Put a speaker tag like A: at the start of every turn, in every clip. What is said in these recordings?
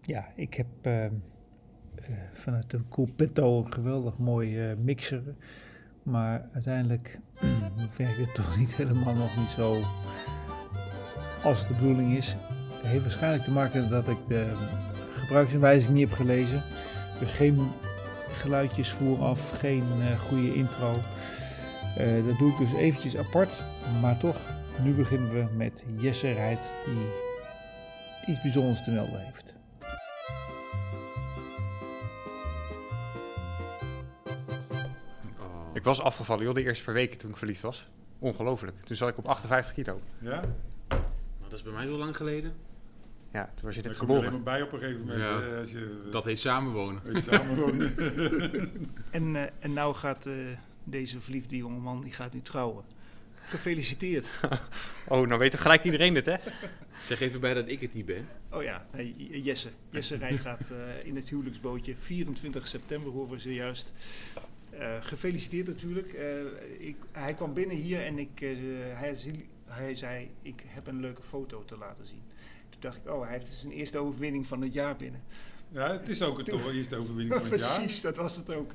A: Ja, ik heb eh, eh, vanuit een Coolpetto een geweldig mooi eh, mixer. Maar uiteindelijk werkt het toch niet helemaal nog niet zo als het de bedoeling is. Het heeft waarschijnlijk te maken dat ik de gebruiksaanwijzing niet heb gelezen. Dus geen geluidjes vooraf, geen eh, goede intro. Eh, dat doe ik dus eventjes apart. Maar toch, nu beginnen we met Jesse Rijt die iets bijzonders te melden heeft.
B: Oh.
C: Ik was afgevallen, joh, de eerste paar weken toen ik verliefd was. Ongelooflijk. Toen zat ik op 58 kilo.
D: Ja?
B: Maar Nou, dat is bij mij zo lang geleden.
C: Ja, toen was je
D: Daar
C: net
D: kom je alleen
C: geboren.
D: maar bij op een gegeven moment.
B: Ja.
D: eh, als je,
B: Dat heet samenwonen.
D: als je samenwoont.
E: En, eh, en nou gaat eh, deze verliefde jongeman, die gaat nu trouwen. Gefeliciteerd.
C: Oh, nou weet toch gelijk iedereen dit, hè?
B: Zeg even bij dat ik het niet ben.
E: Oh ja, nee, J- Jesse. Jesse Rijt gaat eh, in het huwelijksbootje. 24 september horen we zojuist. Eh, gefeliciteerd natuurlijk. Eh, ik, hij kwam binnen hier en ik, eh, hij, zie- hij zei, ik heb een leuke foto te laten zien. Toen dacht ik, oh, hij heeft zijn eerste overwinning van het jaar binnen.
D: ja, het is ook het toch wel eerste overwinning van het jaar.
E: Precies, dat was het ook.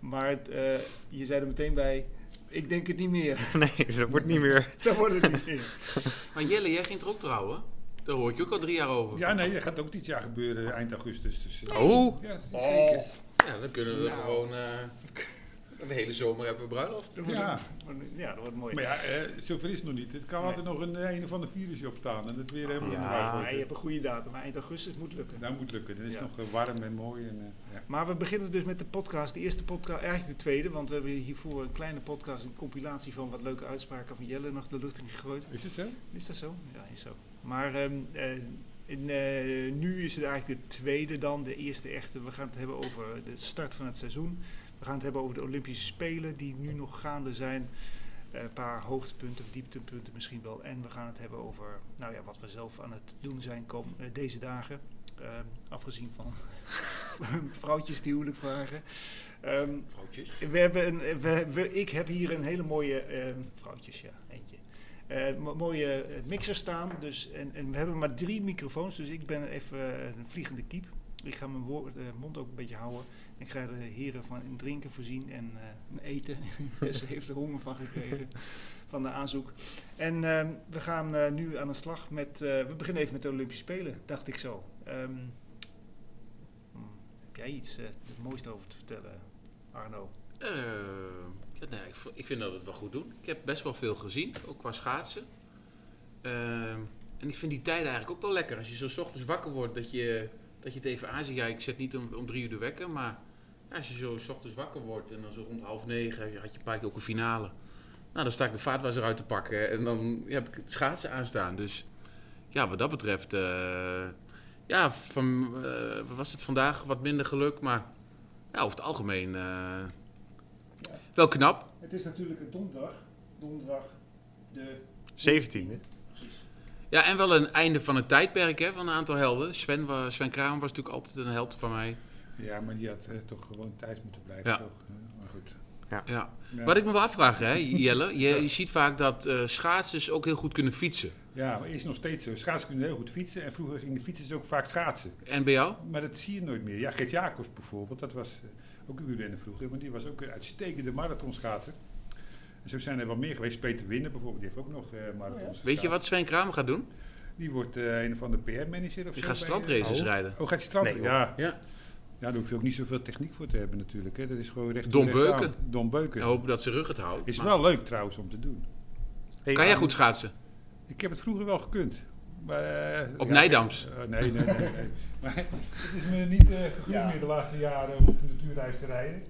E: Maar eh, je zei er meteen bij, ik denk het niet meer.
C: Nee, dat wordt niet meer.
E: Dat wordt het niet meer.
B: Maar Jelle, jij ging er ook trouwen? Daar hoor ik ook al drie jaar over.
D: Ja, nee, er gaat ook dit jaar gebeuren eind augustus. Dus, eh,
C: Oh,
D: Ja, zeker.
B: Ja, dan kunnen we
E: Nou.
B: gewoon... eh, de hele zomer hebben we bruiloft.
E: Dat wordt,
D: Ja,
E: ja, dat wordt mooi.
D: maar ja, eh, zover is het nog niet. Het kan
E: Nee.
D: altijd nog een, eh, een of ander virusje op staan en het weer helemaal
C: Ja.
D: in de war
E: Ja,
D: gooien.
E: je hebt een goede datum, maar eind augustus moet lukken.
D: Dat moet lukken. Dan is het
E: Ja.
D: nog eh, warm en mooi. En, eh, ja.
E: Maar we beginnen dus met de podcast, de eerste podcast, eigenlijk de tweede, want we hebben hiervoor een kleine podcast, een compilatie van wat leuke uitspraken van Jelle nog de lucht in gegooid.
D: Is het zo?
E: Is dat zo? Ja, is zo. Maar ehm, eh, in, eh, nu is het eigenlijk de tweede dan, de eerste echte. We gaan het hebben over de start van het seizoen. We gaan het hebben over de Olympische Spelen die nu nog gaande zijn. Eh, Een paar hoogtepunten, dieptepunten misschien wel. En we gaan het hebben over nou ja, wat we zelf aan het doen zijn kom, eh, deze dagen. Ehm, afgezien van vrouwtjes die huwelijk vragen. Ehm,
B: Vrouwtjes.
E: we hebben een, we, we- ik heb hier een hele mooie, eh, vrouwtjes ja, eentje. Eh, mo- mooie eh, mixer staan. Dus, en, en we hebben maar drie microfoons, dus ik ben even eh, een vliegende kiep. Ik ga mijn woord, eh, mond ook een beetje houden. Ik ga de heren van een drinken voorzien en eh, een eten. Ze heeft er honger van gekregen, van de aanzoek. En eh, we gaan eh, nu aan de slag met, eh, we beginnen even met de Olympische Spelen, dacht ik zo. Ehm, hmm, heb jij iets eh, het mooiste over te vertellen, Arno?
B: Eh, ja, nou ja, ik, vo- ik vind dat we het wel goed doen. Ik heb best wel veel gezien, ook qua schaatsen. Ehm, en ik vind die tijden eigenlijk ook wel lekker. Als je zo 's ochtends wakker wordt, dat je, dat je het even aanziet. Ja, ik zet niet om, om drie uur de wekker, maar ja, als je zo 's ochtends wakker wordt en dan zo rond half negen ja, had je een paar keer ook een finale. Nou, dan sta ik de vaatwasser uit te pakken en dan heb ik het schaatsen aanstaan. Dus ja, wat dat betreft, eh, ja, van, eh, was het vandaag wat minder geluk, maar ja, over het algemeen eh, wel knap.
E: Het is natuurlijk een donderdag. Donderdag de...
C: 17e.
B: Ja, en wel een einde van het tijdperk hè, van een aantal helden. Sven, wa- Sven Kramer was natuurlijk altijd een held van mij.
D: Ja, maar die had eh, toch gewoon thuis moeten blijven.
B: Ja.
D: Toch? Eh, Maar goed.
B: Ja.
D: Ja.
B: Wat ik me wel afvraag, hè, Jelle. Je, je ziet vaak dat eh, schaatsers ook heel goed kunnen fietsen.
D: Ja, maar is nog steeds zo. Schaatsen kunnen heel goed fietsen. En vroeger gingen fietsers ook vaak schaatsen.
B: En bij jou?
D: Maar dat zie je nooit meer. Ja, Gert Jacobs bijvoorbeeld, dat was eh, ook een wielrenner vroeger. Maar die was ook een uitstekende marathonschaatser. En zo zijn er wel meer geweest. Peter Winnen bijvoorbeeld, die heeft ook nog eh marathons
B: Oh Weet je
D: geschaatst.
B: wat Sven Kramer gaat doen?
D: Die wordt eh, een van de PR-manager of
B: Die gaat
D: zo. bij-
B: strandraces
D: Oh.
B: rijden.
D: Oh, gaat je strand?
C: Nee,
D: ja.
B: Ja.
D: ja, daar hoef je ook niet zoveel techniek voor te hebben natuurlijk. Hè. Dat is gewoon recht
B: Don
D: recht aan.
B: Beuken.
D: Don Beuken.
B: En hopen dat ze rug het houdt.
D: Is
B: maar-
D: wel leuk trouwens om te doen.
C: Hey, ehm,
B: Kan jij
C: aan-
B: goed schaatsen?
D: Ik heb het vroeger wel gekund. Maar, eh,
B: Op
D: ja,
B: Nijdams?
D: eh, nee, nee, nee. nee. maar het is me niet eh gegund
E: Ja.
D: meer de laatste jaren om op natuurreis te rijden.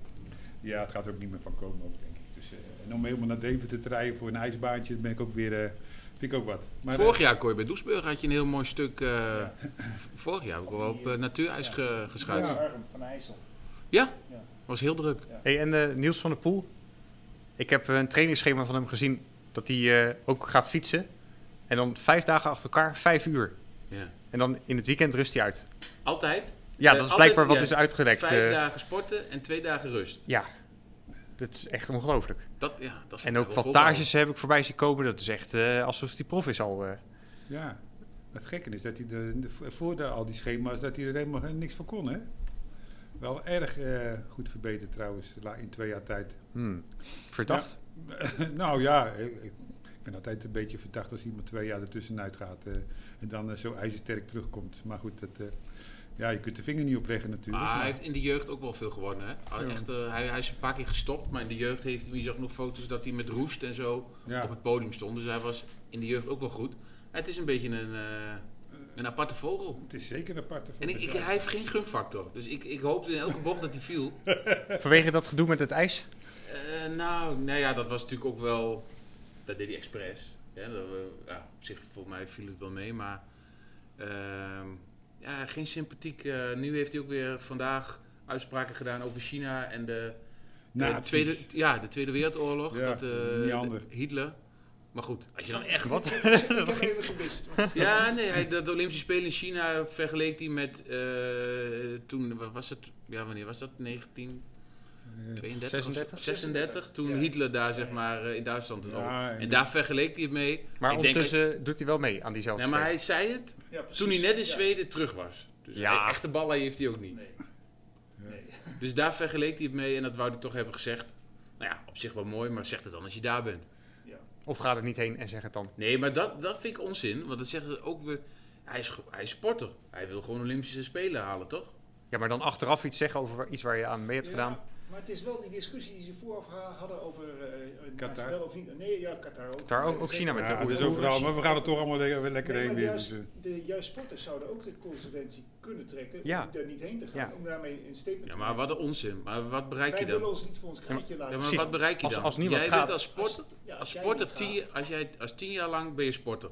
D: Ja, het gaat er ook niet meer van komen, ook, denk ik. Dus, eh, en om helemaal naar Deventer te rijden voor een ijsbaantje, ben ik ook weer, eh, vind ik ook wat. Maar, eh,
B: vorig jaar kon je bij Doesburg had je een heel mooi stuk. eh, v- Vorig jaar heb ik wel op eh, natuurijs
E: Ja.
B: ge- geschaatst.
D: Ja.
E: Van IJssel.
B: Was heel druk.
C: Hey, en eh, Niels van der Poel. Ik heb eh, een trainingsschema van hem gezien dat hij eh, ook gaat fietsen. En dan vijf dagen achter elkaar, vijf uur.
B: Ja.
C: En dan in het weekend rust hij uit.
B: Altijd
C: Ja,
B: Eh,
C: dat is
B: altijd-
C: blijkbaar wat
B: ja,
C: is uitgelekt.
B: vijf
C: eh,
B: dagen sporten en twee dagen rust.
C: ja, dat is echt ongelooflijk.
B: Dat, ja, dat is
C: En
B: voor
C: ook
B: mij wel
C: wattages heb ik voorbij zien komen. Dat is echt eh, alsof die prof is al. eh.
D: Ja, Het gekke is dat hij de, de, voor de- al die schema's dat hij er helemaal eh, niks van kon. Hè? Wel erg eh, goed verbeterd trouwens la- in twee jaar tijd.
C: Hmm. Verdacht.
D: nou ja, ik, ik ben altijd een beetje verdacht als iemand twee jaar ertussenuit gaat eh, en dan eh, zo ijzersterk terugkomt. Maar goed, dat, eh, ja, je kunt de vinger niet opleggen natuurlijk.
B: Maar hij
D: maar-
B: heeft in de jeugd ook wel veel gewonnen. Hè? Hij-
D: Ja.
B: Echt, eh, hij, hij is een paar keer gestopt, maar in de jeugd heeft hij je zag nog foto's dat hij met roest en zo op
D: ja,
B: het podium stond. Dus hij was in de jeugd ook wel goed. Het is een beetje een, eh, een aparte vogel.
D: het is zeker een aparte
B: En ik, ik,
D: foto.
B: hij heeft geen gunfactor. Dus ik, ik hoopte in elke bocht dat hij viel.
C: Vanwege dat gedoe met het ijs.
B: Eh, nou, nou ja, dat was natuurlijk ook wel. Dat deed hij expres. Ja, dat, we- ja, op zich, volgens mij viel het wel mee, maar. ehm, ja, geen sympathiek. eh, nu heeft hij ook weer vandaag uitspraken gedaan over China en de, de,
D: Nazi's.
B: Nou, eh, tweede, ja, de Tweede Wereldoorlog.
D: Ja,
B: dat, eh,
D: niet handig.
B: de- Hitler. Maar goed, als je dan echt.
C: Wat?
E: Ik heb hem even gemist.
B: Ja, nee, hij, dat Olympische Spelen in China vergeleek hij met. eh, toen, wat was het? Ja, wanneer was dat? 19.
D: Eh,
B: 32,
C: 36?
B: 36, 36 toen
E: Ja.
B: Hitler daar zeg maar eh, in Duitsland het
D: Ja,
B: over-
D: en
B: En,
D: dus-
B: daar vergeleek hij het mee.
C: Maar
B: Ik denk
C: ondertussen doet hij wel mee aan diezelfde
B: Nee, maar
C: strijd.
B: hij zei het
E: Ja, precies.
B: toen hij net in
E: Ja.
B: Zweden terug was. Dus
C: Ja.
B: e- echte ballen heeft hij ook niet.
E: Nee. Nee.
B: Dus daar vergeleek hij het mee en dat wou hij toch hebben gezegd. Nou ja, op zich wel mooi, maar zeg het dan als je daar bent.
C: Of gaat er niet heen en zegt het dan.
B: Nee, maar dat, dat vind ik onzin, want dat zegt het ook weer... Hij is, go- hij is sporter. Hij wil gewoon Olympische Spelen halen, toch?
C: Ja, maar dan achteraf iets zeggen over waar- iets waar je aan mee hebt
E: Ja,
C: gedaan.
E: Maar het is wel die discussie die ze vooraf ha- hadden over eh, eh,
D: Qatar.
E: wel of niet. Nee, ja, Qatar ook.
C: Qatar ook, ook
E: Zeker.
C: China met de
D: Ja, dat is
C: oorlog.
D: overal, maar we gaan er toch allemaal le- weer lekker
E: Nee,
D: heen
E: maar
D: weer.
E: juist,
D: dus, eh.
E: de, juist sporters zouden ook de consequentie kunnen trekken
C: Ja.
E: om daar niet heen te gaan.
C: Ja.
E: Om daarmee een statement
B: Ja,
E: te
B: maar
E: maken.
B: wat een onzin. Maar wat bereik je
E: Wij willen
B: dan?
E: ons niet voor ons kraantje
B: Ja,
E: laten.
B: maar
C: Precies.
B: wat bereik je
C: Als-
B: dan?
C: als niemand
B: Jij bent
C: gaat.
B: als sporter
E: Ja,
B: Als
E: jij
B: sporter,
E: niet
B: tien,
E: gaat.
B: als jij als tien jaar lang ben je sporter.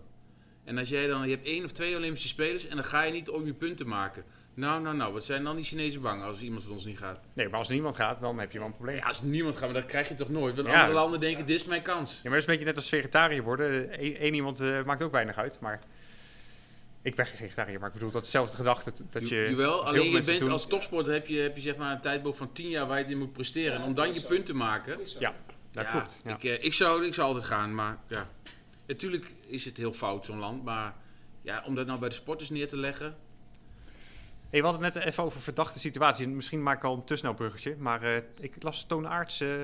B: En als jij dan, je hebt één of twee Olympische Spelers en dan ga je niet om je punten maken. Nou, nou, nou, wat zijn dan die Chinezen bang als iemand van ons niet gaat?
C: Nee, maar als niemand gaat, dan heb je wel een probleem.
B: Ja,
C: Ja,
B: als niemand gaat, maar dat krijg je toch nooit? Want
C: Ja.
B: andere landen denken, dit is mijn kans.
C: maar dat is een beetje net als vegetariër worden. Eén één iemand eh, maakt ook weinig uit, maar... Ik ben geen vegetariër, maar ik bedoel dat dezelfde gedachte t- dat je...
B: Je-
C: dat
B: Jawel,
C: heel
B: alleen
C: veel
B: je
C: mensen
B: bent
C: doen.
B: als topsporter heb je, heb je zeg maar een tijdboek van tien jaar waar je het in moet presteren.
E: Ja,
B: en om dan
E: dat
B: je
E: is
B: punten te maken.
E: Is zo.
C: Ja. Dat
B: ja,
C: klopt. Ja.
B: Ik, eh, ik, zou, ik zou altijd gaan, maar ja. Natuurlijk is het heel fout zo'n land, maar ja, om dat nou bij de sporters neer te leggen.
C: Hey, we hadden het net even over verdachte situaties. En Misschien maak ik al een te snel bruggetje, maar eh, ik las Toon Aarts eh,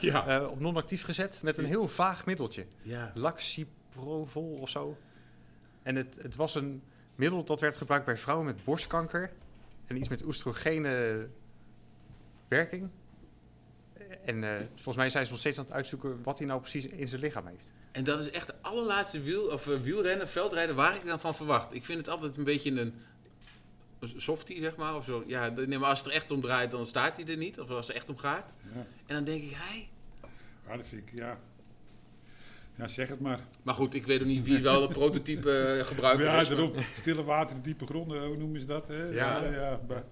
B: Ja.
C: eh, op non-actief gezet met een heel vaag middeltje.
B: ja.
C: Laxiprovol of zo. En het, het was een middel dat werd gebruikt bij vrouwen met borstkanker. En iets met oestrogene werking. En eh, volgens mij zijn ze nog steeds aan het uitzoeken wat hij nou precies in zijn lichaam heeft.
B: En dat is echt de allerlaatste wiel, of, eh, wielrennen, veldrijden waar ik dan van verwacht. Ik vind het altijd een beetje een een softie, zeg maar. Of zo. Ja, d- nee, maar als het er echt om draait, dan staat hij er niet. Of als het er echt om gaat.
D: eh, Ja.
B: En dan denk ik, hij.
D: Ja, dat vind ik, ja. Ja, zeg het maar.
B: Maar goed, ik weet ook niet wie wel de prototype eh, gebruiker
D: ja,
B: is. maar-
D: daarom. Stille water, diepe gronden, hoe noemen ze dat? Hè?
B: Ja.
D: ja, ja, maar-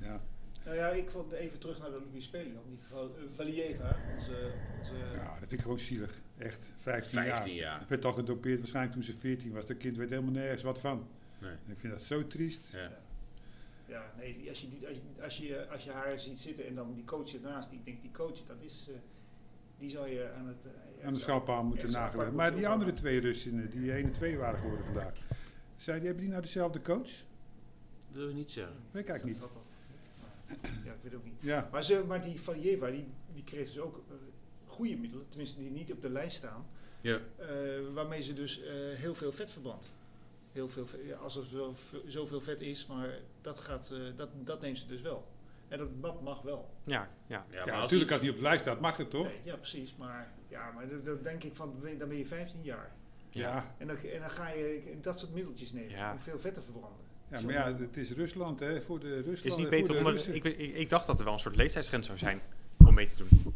D: ja.
E: Nou ja, ik vond even terug naar de Olympische Spelen. dan. Die Val- eh, Valieva, onze... onze
D: Ja, dat vind ik gewoon zielig. Echt, 15,
B: 15
D: jaar.
B: jaar.
D: Ik werd al gedopeerd waarschijnlijk toen ze 14 was. Dat kind weet helemaal nergens wat van.
B: Nee.
D: En ik vind dat zo triest.
B: Ja.
E: Ja, nee, die- als je, die, als, je, als, je, als je haar ziet zitten en dan die coach ernaast, ik denk die coach, dat is, eh, die zou je aan het... eh,
D: Aan de schalpaal moeten
E: echt zo'n
D: nagelegd.
E: pak
D: Maar
E: moet
D: die
E: je
D: andere
E: ophangen.
D: twee Russen, die 1 en 2 waren geworden vandaag. Zei die, hebben die nou dezelfde coach?
B: Dat wil ik niet zeggen.
D: Weet ik eigenlijk
E: Dat
D: niet.
E: had al- Ja, ik weet ook niet.
D: Ja,
E: Maar, ze, maar die Valieva, die, die kreeg dus ook eh, goede middelen, tenminste die niet op de lijst staan,
B: Ja.
E: eh, waarmee ze dus eh, heel veel vet verbrandt. Heel veel, ve- ja, alsof er zoveel- zoveel vet is, maar dat, gaat, eh, dat, dat neemt ze dus wel. En dat, dat mag wel.
C: Ja, ja.
B: Ja,
D: ja,
B: maar als
D: natuurlijk
B: iets-
D: als die op de lijst staat mag het toch?
E: Nee, ja, precies. Maar, ja, maar dat, dat denk ik van, dan ben je 15 jaar.
C: Ja.
D: Ja.
E: En dan, en dan ga je dat soort middeltjes nemen
C: Ja.
E: om veel vet te verbranden.
D: ja, maar ja, het is Rusland hè, voor de Rusland.
C: Het is
D: en
C: niet
D: voor
C: beter
D: de
C: om... een-
D: Russen.
C: Ik, ik, ik dacht dat er wel een soort leeftijdsgrens zou zijn om mee te doen.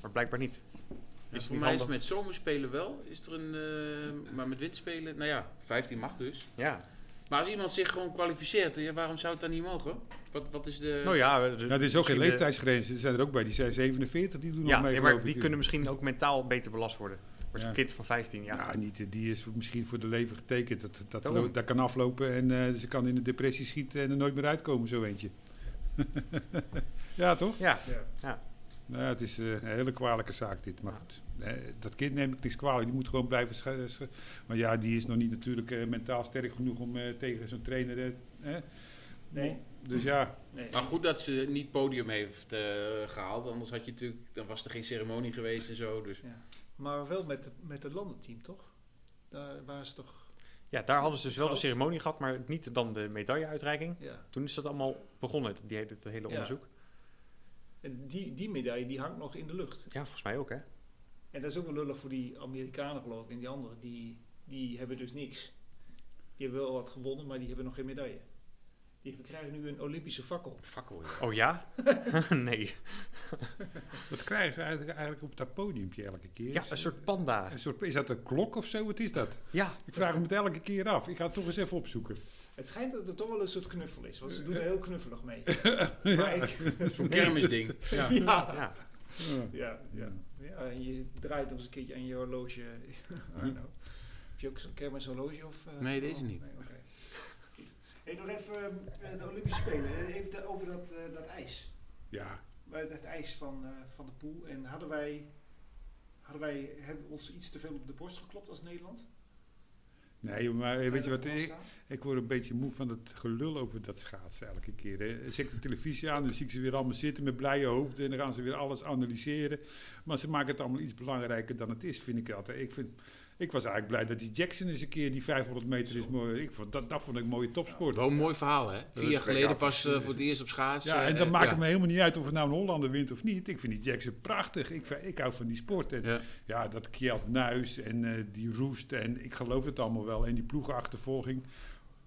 C: Maar blijkbaar niet.
B: Ja,
C: Is
B: voor
C: niet
B: mij is
C: handig.
B: met zomerspelen wel. Is er een, eh, maar met winterspelen, nou ja, 15 mag dus.
C: Ja.
B: Maar als iemand zich gewoon kwalificeert, eh, ja, waarom zou het dan niet mogen? Wat, wat is de...
C: Nou ja, eh, de-
D: Ja, er is ook
C: misschien
D: geen
C: de-
D: leeftijdsgrens. Er zijn er ook bij. Die zijn 47, die doen
C: Ja,
D: nog mee.
C: nee, maar
D: geloof
C: die
D: ik.
C: kunnen misschien ook mentaal beter belast worden. Maar zo'n
D: Ja.
C: kind van 15
D: Ja,
C: jaar.
D: niet, eh, die is misschien voor de leven getekend. Dat, dat, dat,
C: Daarom.
D: loopt- dat kan aflopen en eh, ze kan in de depressie schieten en er nooit meer uitkomen, zo eentje. ja, toch?
C: ja.
E: Ja.
D: Nou, het is eh, een hele kwalijke zaak dit, maar goed. Eh, dat kind neem ik niks kwalijk, die moet gewoon blijven scha- eh, scha- Maar ja, die is nog niet natuurlijk eh, mentaal sterk genoeg om eh, tegen zo'n trainer... eh, hè?
E: Nee.
D: Dus ja,
E: Nee.
B: Maar goed dat ze niet podium heeft eh, gehaald. Anders had je natuurlijk, dan was er geen ceremonie geweest en zo. Dus
E: Maar wel met, de- met het landenteam, toch? Daar waren ze toch...
C: Ja, daar hadden ze dus wel de
E: Geloof.
C: ceremonie gehad, maar niet dan de medailleuitreiking.
E: Ja.
C: Toen is dat allemaal begonnen, die, hele- dat hele
E: Ja.
C: onderzoek.
E: En die, die medaille die hangt nog in de lucht.
C: Ja, volgens mij ook, hè?
E: En dat is ook wel lullig voor die Amerikanen geloof ik. En die anderen, die, die hebben dus niks. Die hebben wel wat gewonnen, maar die hebben nog geen medaille. Die krijgen nu een Olympische fakkel.
B: fakkel.
C: Oh ja? nee.
D: wat krijgen ze eigenlijk, eigenlijk op dat podiumpje elke keer?
C: Ja, een soort panda.
D: Een soort- is dat een klok of zo? Wat is dat?
C: Ja,
D: Ik vraag me het elke keer af. Ik ga het toch eens even opzoeken.
E: Het schijnt dat het toch wel een soort knuffel is, want ze doen er heel knuffelig mee. Maar
D: ja.
E: ik,
B: Zo'n kermisding.
D: Ja.
E: ja,
C: ja.
E: ja, ja. ja, en je draait nog eens een keertje aan je horloge, Arno. Heb je ook zo'n kermis horloge? Of, eh,
B: Nee, deze niet.
E: Nee, oké. Hey, nog even eh, de Olympische Spelen. Eh, Even da- over dat, eh, dat ijs.
D: Ja.
E: Maar het ijs van, eh, van de poel. En hadden wij, hadden wij hebben we ons iets te veel op de borst geklopt als Nederland?
D: Nee, maar weet je wat?
E: Hadden we
D: Ik,
E: voorstaan?
D: ik word een beetje moe van het gelul over dat schaatsen elke keer. Hè. Zet ik de televisie aan, dan zie ik ze weer allemaal zitten met blije hoofden. En dan gaan ze weer alles analyseren. Maar ze maken het allemaal iets belangrijker dan het is, vind ik altijd. Ik, vind, ik was eigenlijk blij dat die Jackson eens een keer die 500 meter is mooi. Ik vond, dat, dat vond ik een mooie topsport.
B: Wel een mooi verhaal, hè?
D: is
B: Vier jaar geleden
D: gek
B: pas eh,
D: afgezien. dus-
B: voor het eerst op schaats.
D: Ja,
B: eh,
D: en dan maakt
B: ja.
D: het me helemaal niet uit of het nou een Hollander wint of niet. Ik vind die Jackson prachtig. Ik, ik hou van die sport. En
B: Ja.
D: Ja, dat Kjeld Nuis en eh, die roest en ik geloof het allemaal wel. En die ploegenachtervolging.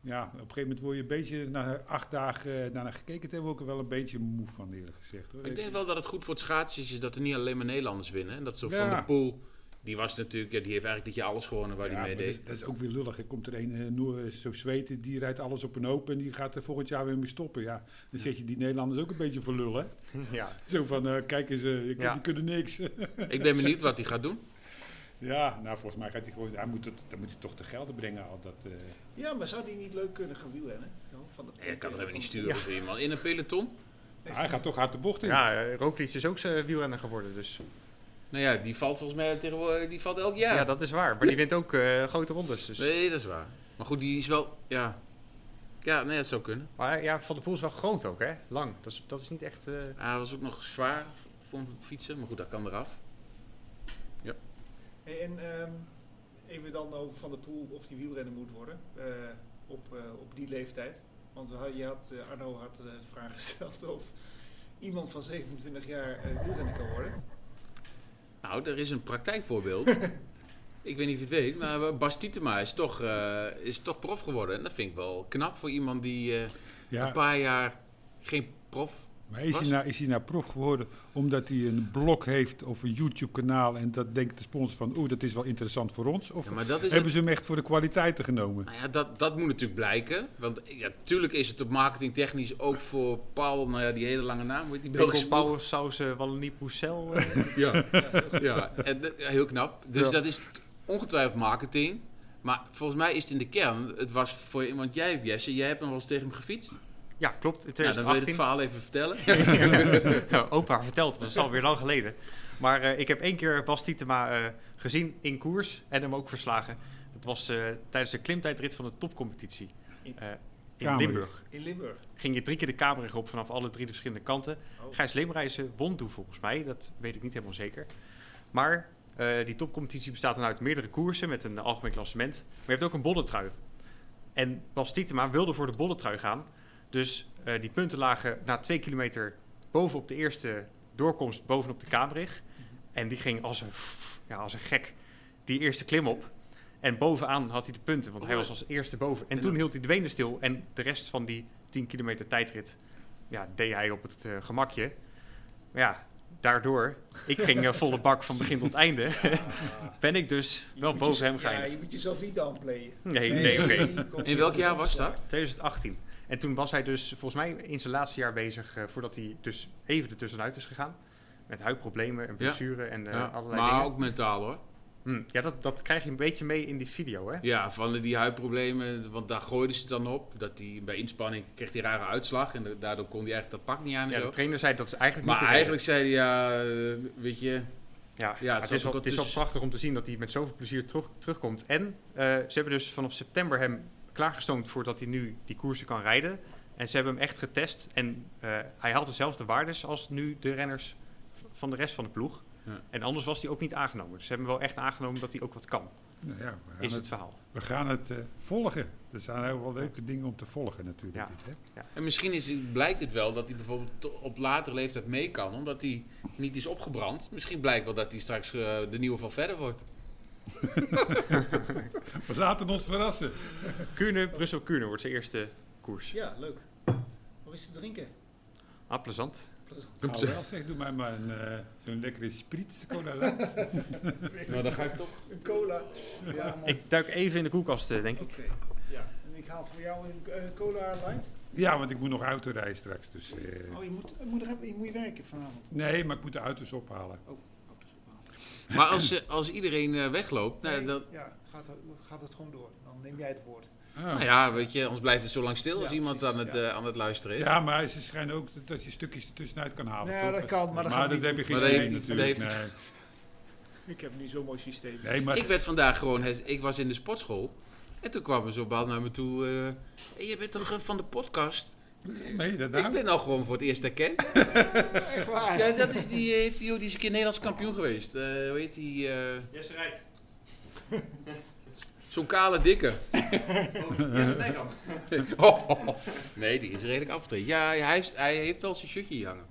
D: Ja, op een gegeven moment word je een beetje na acht dagen eh, daarna gekeken. Daar word ik er wel een beetje moe van eerlijk gezegd. Hoor.
B: Ik denk wel dat het goed voor het schaatsen is, is dat er niet alleen maar Nederlanders winnen. En dat zo van
D: Ja.
B: de pool, die was natuurlijk, ja, die heeft eigenlijk dit jaar alles gewonnen waar
D: Ja,
B: hij
D: maar
B: mee
D: dat,
B: deed.
D: is, dat is ook weer lullig. Er komt er een eh, Noor- zo zweten, die rijdt alles op een hoop en die gaat er volgend jaar weer mee stoppen. Ja, dan zet je die Nederlanders ook een beetje voor lul, hè?
C: ja.
D: Zo van, eh, kijk eens, eh, je-
C: Ja.
D: die kunnen niks.
B: Ik ben benieuwd wat hij gaat doen.
D: ja, nou volgens mij gaat hij gewoon, hij moet het, dan moet hij toch te gelden brengen al dat... eh,
E: Ja, maar zou die niet leuk kunnen gaan wielrennen? Zo, Van dat
B: Nee, ik kan er even niet
E: van-
B: sturen voor iemand. In een peloton?
D: hij gaat toch hard de bocht in.
C: ja eh, Roglic is ook zijn wielrenner geworden, dus.
B: Nou ja, die valt volgens mij tegenwoordig, die valt elk jaar.
C: Ja, dat is waar. Maar die wint ook eh, grote rondes. Dus.
B: Nee, dat is waar. Maar goed, die is wel, ja. Ja, nee, dat zou kunnen.
C: Maar ja, Van der Poel is wel groot ook, hè? Lang. Dat is, dat is niet echt... eh,
B: Hij was ook nog zwaar v- voor een fietsen, maar goed, dat kan eraf.
E: Hey, en ehm, even dan over Van der Poel of die wielrenner moet worden eh, op, eh, op die leeftijd. Want we had- je had, eh, Arno had eh, de vraag gesteld of iemand van 27 jaar eh, wielrenner kan worden.
B: Nou, er is een praktijkvoorbeeld. ik weet niet of je het weet, maar Bas Tietema is toch, eh, is toch prof geworden. En dat vind ik wel knap voor iemand die eh,
D: Ja.
B: een paar jaar geen prof...
D: Maar is
B: Was-
D: hij, nou, is hij nou prof geworden omdat hij een blog heeft of een YouTube-kanaal en dat denkt de sponsor van, oeh, dat is wel interessant voor ons? Of
B: Ja, maar dat is
D: hebben ze hem echt voor de kwaliteiten genomen?
B: Nou ja, dat, dat moet natuurlijk blijken. Want ja, natuurlijk is het op marketingtechnisch ook voor Paul, nou ja, die hele lange naam, weet die Belgische
C: Winkel, Bauer, Saus, eh, Wallonie, Poussel. eh.
B: Ja, ja. En, dat- ja, heel knap. Dus
C: Ja.
B: dat is t- ongetwijfeld marketing. Maar volgens mij is het in de kern, het was voor iemand, jij Jesse, jij hebt nog wel eens tegen hem gefietst.
C: ja, klopt. In
B: Nou, dan wil je het
C: 2018.
B: verhaal even vertellen.
C: Ja, opa vertelt, dat is alweer lang geleden. Maar eh, ik heb één keer Bas Tietema eh, gezien in koers en hem ook verslagen. Dat was eh, tijdens de klimtijdrit van de topcompetitie eh, in
D: Kamerik.
C: Limburg.
E: In Limburg.
C: Ging je drie keer de kamer op vanaf alle drie de verschillende kanten.
E: Oh.
C: Gijs Leemreizen won toen volgens mij, dat weet ik niet helemaal zeker. Maar eh, die topcompetitie bestaat dan uit meerdere koersen met een algemeen klassement. Maar je hebt ook een bollentrui. En Bas Tietema wilde voor de bollentrui gaan. Dus eh, die punten lagen na twee kilometer bovenop de eerste doorkomst, bovenop de Kamerig. En die ging als een, f- ja, als een gek die eerste klim op. En bovenaan had hij de punten, want hij was als eerste boven. En
B: En
C: toen
B: dan-
C: hield hij de benen stil. En de rest van die 10 kilometer tijdrit ja, deed hij op het eh, gemakje. Maar ja, daardoor, ik ging eh, volle bak van begin tot einde. ben ik dus
E: Je
C: wel
E: moet
C: boven
E: je-
C: hem
E: Ja, je
C: geëindigd.
E: moet jezelf niet downplayen.
C: Nee, nee, oké.
B: In welk jaar was dat?
C: 2018. En toen was hij dus volgens mij in zijn laatste jaar bezig, eh, voordat hij dus even ertussenuit is gegaan. Met huidproblemen en blessuren en eh,
B: Ja,
C: allerlei
B: maar
C: dingen.
B: ook mentaal hoor.
C: Hm, ja, dat, dat krijg je een beetje mee in die video, hè?
B: Ja, van die huidproblemen, want daar gooiden ze het dan op. Dat die, bij inspanning kreeg hij rare uitslag en da- daardoor kon hij eigenlijk dat pak niet aan. En
C: Ja,
B: zo.
C: de trainer zei dat is eigenlijk
B: Maar
C: niet de reden.
B: eigenlijk zei hij, ja, eh, weet je,
C: Ja,
B: Ja,
C: maar
B: het
C: het,
B: zat
C: is
B: ook
C: wel,
B: al
C: het is wel
B: tussen-
C: prachtig om te zien dat hij met zoveel plezier terug, terugkomt. En eh, ze hebben dus vanaf september hem klaargestoomd voordat hij nu die koersen kan rijden. En ze hebben hem echt getest. En eh, hij haalt dezelfde waardes als nu de renners v- van de rest van de ploeg.
B: Ja.
C: En anders was hij ook niet aangenomen. Dus ze hebben hem wel echt aangenomen dat hij ook wat kan,
D: Nou ja, we gaan
C: is het
D: het,
C: verhaal.
D: we gaan het eh, volgen. Er zijn heel wel leuke dingen om te volgen natuurlijk.
C: Ja.
D: Dit, hè?
B: En misschien is, blijkt het wel dat hij bijvoorbeeld to- op latere leeftijd mee kan, omdat hij niet is opgebrand. Misschien blijkt wel dat hij straks eh, de nieuwe van verder wordt.
D: We laten ons verrassen.
C: Kuurne, Brussel-Kuurne wordt zijn eerste koers.
F: Ja, leuk. Wat is te drinken?
C: Ah, plezant.
D: Nou, wel zeg, doe mij maar een, eh, zo'n lekkere spriet. Cola light.
B: Nou, dan ga ik toch.
F: Een cola. Ja, mooi.
C: Ik duik even in de koelkasten, denk ik.
F: Oké. Ja, en ik haal voor jou een eh, cola light.
D: ja, want ik moet nog auto rijden straks. Dus, eh,
F: Oh, je moet, je moet, er, je moet je werken vanavond.
D: nee, maar ik moet de auto's ophalen.
B: Maar als, eh, als iedereen eh, wegloopt, nou,
F: Nee,
B: dan,
F: Ja, gaat, het- gaat het gewoon door. Dan neem jij het woord.
D: Ah.
B: nou ja, weet je, anders blijft het zo lang stil als
F: Ja,
B: iemand
F: precies,
B: aan het,
F: ja.
B: eh, aan het luisteren is.
D: Ja, maar ze schijnen ook dat je stukjes ertussenuit kan halen.
F: Ja,
D: toch?
F: dat
D: Als-
F: kan, maar dat gaan we
D: dat
F: niet
D: heb je
F: doen.
D: geen
B: Maar dat
D: zin
B: heeft
D: in
B: hij- dat
D: natuurlijk. Nee.
F: Ik heb nu zo'n mooi systeem.
D: Nee, maar
B: Ik werd vandaag gewoon, het- ik was in de sportschool en toen kwam er zo'n bal naar me toe. eh, "Hey, je bent toch eh, van de podcast?
D: meen je dat
B: Ik
D: nou?
B: ben nou gewoon voor het eerst herkend.
F: Echt waar?
B: Ja, dat is die, eh, heeft die, joh, die is een keer Nederlands kampioen geweest. Eh, hoe heet die? eh,
C: Yes, rijdt.
B: Zo'n kale dikke.
C: nee dan.
B: Oh, oh, oh. Nee, die is redelijk afgetreden. Ja, hij, is- hij heeft wel zijn shirtje hier hangen.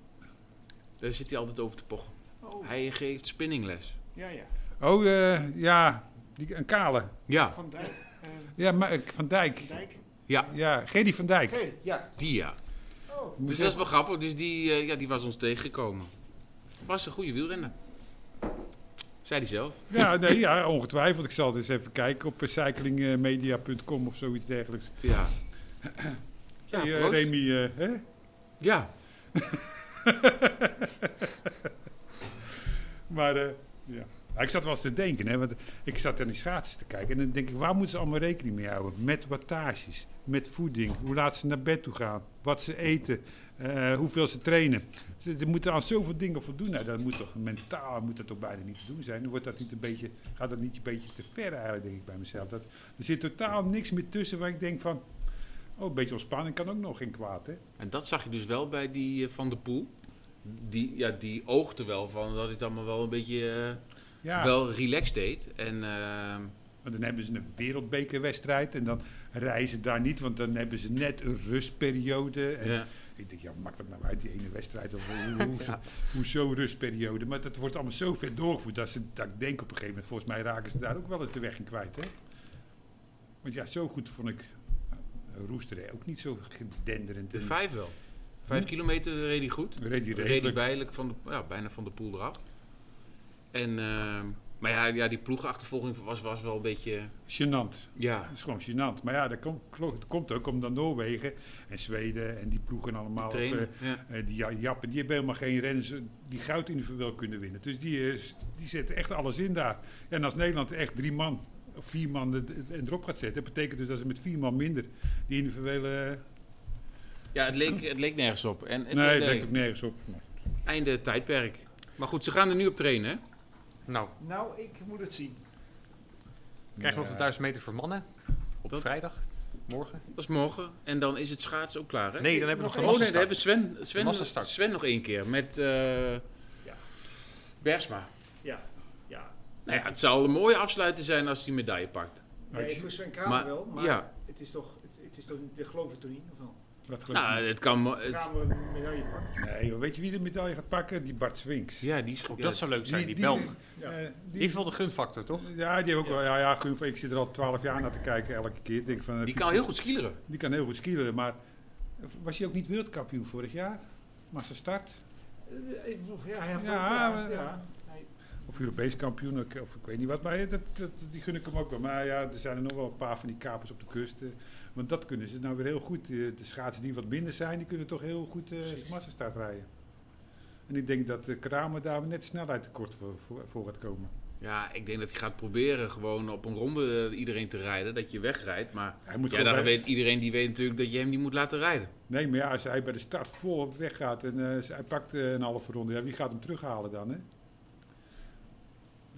B: Daar zit hij altijd over te pochen.
F: Oh,
B: Hij geeft spinningles.
F: ja, ja.
D: Oh, eh, ja, die, een kale.
B: Ja,
F: Van Dijk. eh,
D: Ja, maar, eh, Van Dijk.
F: Van Dijk. Oké,
D: Ja, Gerdy van Dijk.
F: ja.
B: die ja.
F: Oh,
D: Moet
B: Dus
D: je-
B: dat is wel grappig. Dus die, eh, ja, die was ons tegengekomen. Was een goede wielrenner. Zei hij zelf.
D: Ja, nee, ja, ongetwijfeld. Ik zal het eens even kijken op eh, cyclingmedia.com of zoiets dergelijks.
B: Ja. Ja,
D: hey, eh,
B: proost.
D: Remy, eh, hè?
B: Ja.
D: Maar eh, ja. Nou, ik zat wel eens te denken, hè, want ik zat aan die schaatsers te kijken. En dan denk ik, waar moeten ze allemaal rekening mee houden? Met wattages, met voeding, hoe laat ze naar bed toe gaan, wat ze eten, eh, hoeveel ze trainen. Ze, ze moeten aan zoveel dingen voldoen. Nou, dat moet toch mentaal, moet dat toch bijna niet te doen zijn? Dan wordt dat niet een beetje, gaat dat niet een beetje te ver eigenlijk, denk ik bij mezelf. Dat, er zit totaal niks meer tussen waar ik denk van, oh, een beetje ontspanning kan ook nog geen kwaad, hè?
B: En dat zag je dus wel bij die eh, Van der Poel. Die, ja, die oogde wel van dat hij het allemaal wel een beetje eh,
D: Ja.
B: wel relaxed deed. En eh,
D: Want dan hebben ze een wereldbekerwedstrijd en dan reizen daar niet, want dan hebben ze net een rustperiode. En
B: ja.
D: Ik denk, ja, maakt dat nou uit, die ene wedstrijd? Of hoe, hoe, Hoezo rustperiode? Maar dat wordt allemaal zo ver doorgevoerd dat, ze, dat ik denk op een gegeven moment, volgens mij raken ze daar ook wel eens de weg in kwijt. Hè? Want ja, zo goed vond ik eh, Roesteren ook niet zo gedenderend.
B: de
D: En
B: vijf wel. Vijf kilometer reed hij goed.
D: Hm? reed hij
B: Reed hij
D: redelijk.
B: bijna van de, ja, bijna van de poel eraf. En, eh, maar ja, ja, die ploegenachtervolging was, was wel een beetje...
D: Gênant.
B: Ja,
D: Dat is gewoon gênant. Maar ja, dat komt, dat komt ook omdat Noorwegen en Zweden en die ploegen allemaal... of, eh,
B: trainen. Ja.
D: Eh, die ja- Jappen, die hebben helemaal geen renners eh, die goud individueel kunnen winnen. Dus die, eh, s- die zetten echt alles in daar. En als Nederland echt drie man of vier man de- de- de- erop gaat zetten, betekent dus dat ze met vier man minder die individuele... eh,
B: ja, het leek, het leek nergens op. En, het,
D: nee,
B: nee,
D: het lijkt ook nergens op. Nee.
B: Einde tijdperk. Maar goed, ze gaan er nu op trainen. hè?
C: Nou,
F: Nou, ik moet het zien.
C: Krijgen we nog
D: Ja.
C: de 1000 meter voor mannen op
B: Dat-
C: vrijdag, morgen.
B: Dat is morgen. En dan is het schaatsen ook klaar, hè?
C: Nee, dan hebben we nog
F: nog
C: geen
B: Oh nee,
C: massastart.
B: daar hebben Sven, Sven,
C: massastart.
B: Sven nog één keer met eh Bersma.
F: Ja, ja.
B: Nou ja, het zou een mooie afsluiting zijn als hij medaille pakt.
D: Maar ik
F: Nee,
D: zie-
F: voor Sven Kramer
B: maar-
F: wel, maar
B: ja.
F: het is toch, het, het is toch, niet- dat geloof ik toch niet, of wel?
D: Wat geloof
B: Nou,
D: je?
B: het kan... mo- het-
F: Kramer een medaille pakt.
D: nee, joh, weet je wie de medaille gaat pakken? Die Bart Swinks.
B: ja, die is goed.
C: Ook dat zou leuk zijn, die, Belg. Die,
F: Ja.
D: eh, die,
C: heeft wel de gunfactor, toch?
D: ja, die heeft ook wel. Ja, ja, Gunf, ik zit er al twaalf jaar naar te kijken elke keer. Ik Denk van, eh,
B: die kan heel goed skileren.
D: die kan heel goed skileren, maar was hij ook niet wereldkampioen vorig jaar? Massa start?
F: Eh, ik bedoel, Ja, hij heeft
D: Ja,
F: ook-
D: maar-
F: ja.
D: Of Europees kampioen, ik- of ik weet niet wat. Maar ja, dat, dat, die gun ik hem ook wel. Maar ja, er zijn er nog wel een paar van die kapers op de kust. eh, want dat kunnen ze nou weer heel goed. eh, de schaatsen die wat minder zijn, die kunnen toch heel goed eh
F: Precies.
D: massastaart rijden. En ik denk dat de Kramer daar net snelheid tekort voor, voor, voor gaat komen.
B: Ja, ik denk dat hij gaat proberen gewoon op een ronde eh, iedereen te rijden. Dat je wegrijdt. Maar
D: Hij moet
B: ja,
D: gewoon
B: daar
D: bij-
B: weet iedereen die weet natuurlijk dat je hem niet moet laten rijden.
D: Nee, maar ja, als hij bij de start volop weggaat en eh, hij pakt eh, een halve ronde, ja, wie gaat hem terughalen dan? Hè?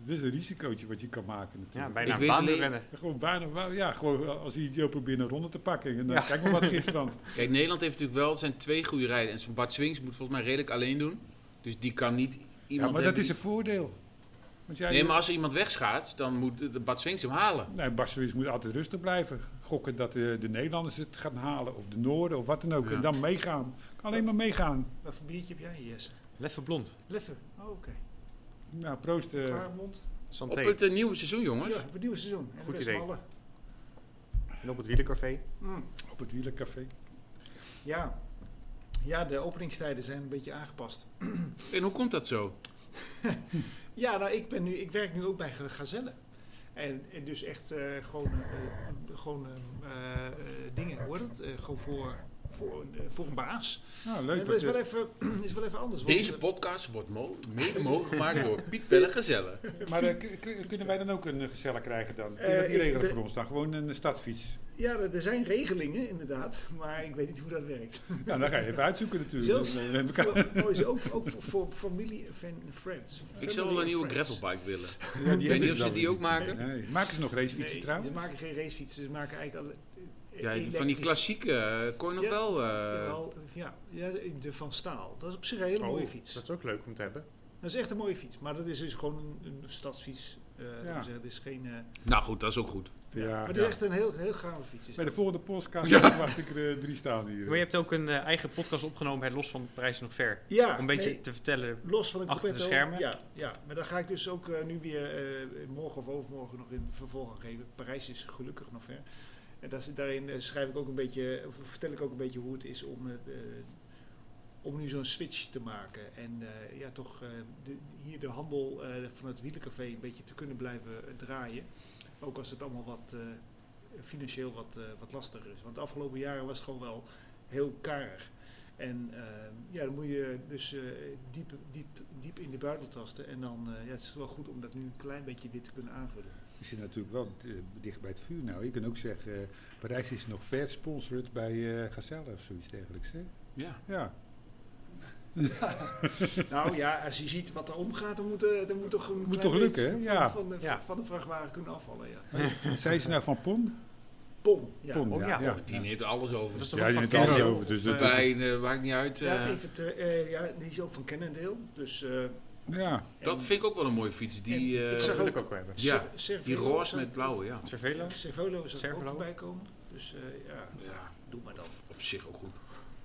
D: Dat is een risicootje wat je kan maken
C: Ja,
D: natuurlijk.
C: bijna
B: Ik
C: een
B: weet
C: baan
B: alleen-
C: rennen.
D: Gewoon bijna, wel- ja, gewoon als hij Joe probeert een ronde te pakken. En dan kijk maar wat Gistrand.
B: Kijk, Nederland heeft natuurlijk wel, het zijn twee goede rijden. En zo'n Bart Swings moet volgens mij redelijk alleen doen. Dus die kan niet iemand
D: Ja, maar dat
B: hebben
D: is een
B: die-
D: voordeel. Want jij,
B: Nee, maar als er iemand wegschaat, dan moet de Bart Swings hem halen.
D: Nee, Barcelona's moet altijd rustig blijven. Gokken dat eh, de Nederlanders het gaan halen, of de Noorden, of wat dan ook.
B: Ja.
D: En dan meegaan. Kan alleen maar meegaan.
E: Wat voor biertje heb jij hier, Jesse?
C: Leffe blond.
E: Leffe. Oh, oké.
D: Nou, proost. eh.
E: Paarmond.
B: Op
C: Santé.
B: het eh, nieuwe seizoen, jongens.
E: Ja, voor het nieuwe seizoen. En de
C: Goed
E: beste
C: idee.
E: van allen.
C: En op het wielercafé.
E: Mm.
D: op het wielercafé.
E: Ja. ja, de openingstijden zijn een beetje aangepast.
B: En hoe komt dat zo?
E: Ja, nou, ik, ben nu, ik werk nu ook bij Ge- Gazelle. En, en dus echt eh, gewoon, eh, gewoon eh, eh, dingen, hoor dat? Eh, gewoon voor, voor, een, eh, voor een baas.
D: Nou,
E: En
D: leuk.
E: dat
D: Dat,
E: is
D: je-
E: wel even, is wel even anders. want, eh,
B: Deze podcast wordt mo- mede mogelijk gemaakt door Piet Bellegezelle.
D: maar eh, k- k- kunnen wij dan ook een eh, gezellig krijgen dan? Kun je
E: Eh,
D: dat niet
E: ik-
D: regelen
E: de-
D: voor ons dan? Gewoon een eh, stadsfiets.
E: eh, ja, er er zijn regelingen inderdaad, maar ik weet niet hoe dat werkt.
D: Ja, dan ga je even uitzoeken natuurlijk.
E: Zelfs-
D: Dan, eh, neem ik aan.
E: Voor- Mooi is ook, ook voor, voor familie en friends.
B: Ik
E: Family
B: zou wel een
E: and
B: nieuwe
E: friends.
B: gravelbike willen.
D: Ja,
B: Ik
D: die
B: weet
D: hebben
B: niet of ze
D: dan
B: die
D: weer.
B: ook maken.
D: Nee. Maken ze nog racefietsen
E: Nee,
D: trouwens?
E: Ze maken geen racefietsen, ze maken eigenlijk alle.
B: Ja, die-
E: elektrisch-
B: van die klassieke eh, kon je nog
E: Ja,
B: wel. eh,
E: Jawel, Ja, ja, de van staal. Dat is op zich een hele
C: Oh,
E: mooie fiets.
C: Dat is ook leuk om te hebben.
E: Dat is echt een mooie fiets, maar dat is dus gewoon een, een stadsfiets. eh laten we
D: Ja.
E: zeggen, het is geen. eh,
B: Nou goed, dat is ook goed.
D: Ja,
E: maar het
D: ja.
E: is echt een heel, heel gave fiets. Is
D: Bij de
E: dat.
D: volgende podcast mag ik er eh, drie staan hier.
C: Maar je hebt ook een eh, eigen podcast opgenomen bij Los van Parijs nog ver.
E: ja,
C: om een beetje
E: nee,
C: te vertellen.
E: los van een
C: eh, achter de
E: coupetto.
C: schermen.
E: Ja, ja, maar daar ga ik dus ook eh, nu weer eh, morgen of overmorgen nog in vervolg aan geven. Parijs is gelukkig nog ver. En daar, zit- daarin eh, schrijf ik ook een beetje, of vertel ik ook een beetje hoe het is om, eh, eh, om nu zo'n switch te maken. En eh, ja, toch eh, de- hier de handel eh, van het wielencafé een beetje te kunnen blijven eh, draaien. Ook als het allemaal wat eh, financieel wat, eh, wat lastiger is. Want de afgelopen jaren was het gewoon wel heel karig. En eh, ja, dan moet je dus eh, diep, diep, diep in de buidel tasten. En dan eh, ja, het is wel goed om dat nu een klein beetje weer te kunnen aanvullen.
D: Je zit natuurlijk wel eh, dicht bij het vuur nou. Je kunt ook zeggen, eh, Parijs is nog ver sponsored bij eh, Gazelle of zoiets dergelijks. Hè?
B: Ja.
D: Ja.
E: nou ja, als je ziet wat er omgaat, dan moet, eh, dan moet toch een klein
D: toch
E: beetje
D: lukken, hè?
E: van,
D: Ja.
E: van, de,
C: Ja.
E: van de vrachtwagen kunnen afvallen. Ja.
D: Zijn ze nou van Pon?
E: Pom. Ja.
D: Pon,
C: oh ja,
D: ja.
B: Want Die neemt alles over.
C: Dat is
B: Dus
C: toch
D: Ja,
C: ook
D: die
C: van
D: neemt alles
C: Kenzo?
D: over. Dus dat-
E: Eh,
B: Pijn, eh, maakt niet uit.
E: Ja,
B: eh.
E: even ter- eh, ja, die is ook van Cannondale. Dus, eh,
D: ja.
B: dat
E: en-
B: vind ik ook wel een mooie fiets. Die,
E: en ik
B: eh,
E: zag
C: Dat wil ik ook wel hebben.
B: ja,
E: Cer-
B: die
E: Cervelo
B: roze
E: zag
B: met
E: ik
B: blauwe, ja.
C: Cervelo?
E: Cervelo zou er ook
C: Cervelo.
E: voorbij komen. Dus eh, ja,
B: ja.
E: doe maar dan.
B: Op zich ook goed.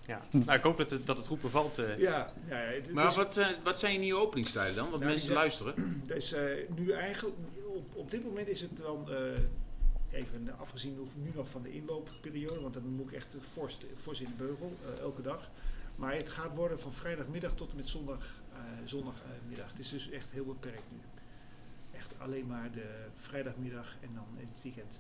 C: Ja. Nou, ik hoop dat het, dat het goed bevalt. eh.
E: Ja, ja het, het
B: Maar
E: is,
B: wat, eh, wat zijn je nieuwe openingstijden dan? Want
E: Nou,
B: mensen
E: die-
B: luisteren.
E: het is, eh, nu eigenlijk, op, op dit moment is het dan, eh, even afgezien nog- nu nog van de inloopperiode, want dan moet ik echt fors, fors in de beugel, eh, elke dag. Maar het gaat worden van vrijdagmiddag tot en met zondag, eh, zondagmiddag. Het is dus echt heel beperkt nu. Echt alleen maar de vrijdagmiddag en dan in het weekend.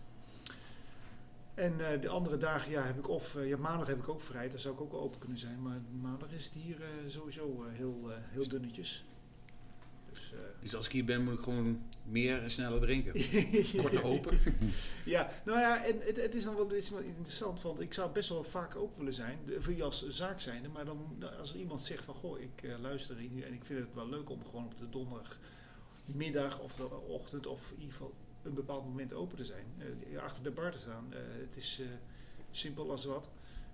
E: En eh, de andere dagen ja, heb ik of eh, ja, maandag heb ik ook vrij, daar zou ik ook wel open kunnen zijn. Maar maandag is het hier eh, sowieso eh, heel, eh, heel dunnetjes. Dus, eh,
B: Dus als ik hier ben, moet ik gewoon meer en sneller drinken.
E: Ja.
B: Korter open.
E: Ja, nou ja, en het, het is dan wel, het is wel interessant, want ik zou best wel vaak ook willen zijn, de- voor je als zaak zijnde, maar dan nou, als er iemand zegt van, goh, ik eh, luister hier nu en ik vind het wel leuk om gewoon op de donderdagmiddag of de ochtend of in ieder geval een bepaald moment open te zijn, eh, achter de bar te staan. Eh, het is eh, simpel als wat.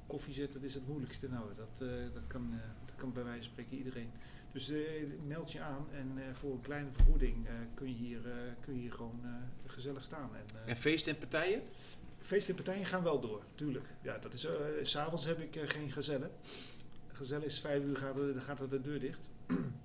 E: Koffie zetten, dat is het moeilijkste nou. Dat, eh, dat, kan, eh, dat kan bij wijze van spreken iedereen. Dus eh, meld je aan en eh, voor een kleine vergoeding eh, kun, je hier, eh, kun je hier gewoon eh, gezellig staan. En, eh,
B: En feesten en partijen?
E: Feesten en partijen gaan wel door, tuurlijk. Ja, dat is, eh, s s'avonds heb ik eh, geen gezellen. Gezellen is vijf uur, gaat, de- gaat de deur dicht.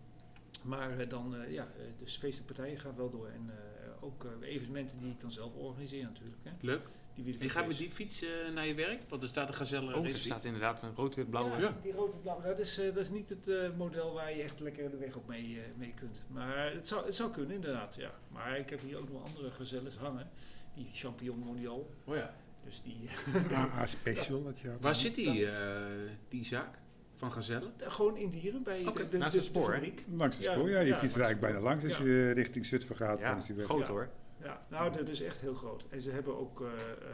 E: maar eh, dan, eh, ja, eh, dus feesten en partijen gaat wel door. En eh, ook eh, evenementen die ik dan zelf organiseer natuurlijk. Hè.
B: Leuk.
E: Die
B: En je gaat met die fiets eh, naar je werk? Want er staat een gazelle
C: Oh, er
B: racefiets.
C: staat inderdaad een rood-wit-blauwe.
E: Ja, die rode blauwe. Dat is, eh, dat is niet het eh, model waar je echt lekker de weg op mee, eh, mee kunt. Maar het zou, het zou kunnen inderdaad, ja. Maar ik heb hier ook nog andere gezellen hangen. Die champignon mondial.
B: Oh ja.
E: Dus die...
D: AA special. Dat je had.
B: Waar zit eh, die, eh, die zaak? Van
C: Dus
B: gazellen?
E: Eh, Gewoon in dieren bij
B: Oké,
E: de, de,
C: naast
E: de-
C: het spoor,
E: de
C: hè?
E: fabriek.
D: Langs de
E: Ja,
D: spoor, ja. Je
E: ja,
D: fietst er
E: langs
D: eigenlijk bijna langs als
E: Ja.
D: je richting Zutphen gaat
C: Ja,
D: langs die weg.
C: groot
E: Ja.
C: hoor.
E: Ja, nou, dat is echt heel groot. En ze hebben ook. eh, eh,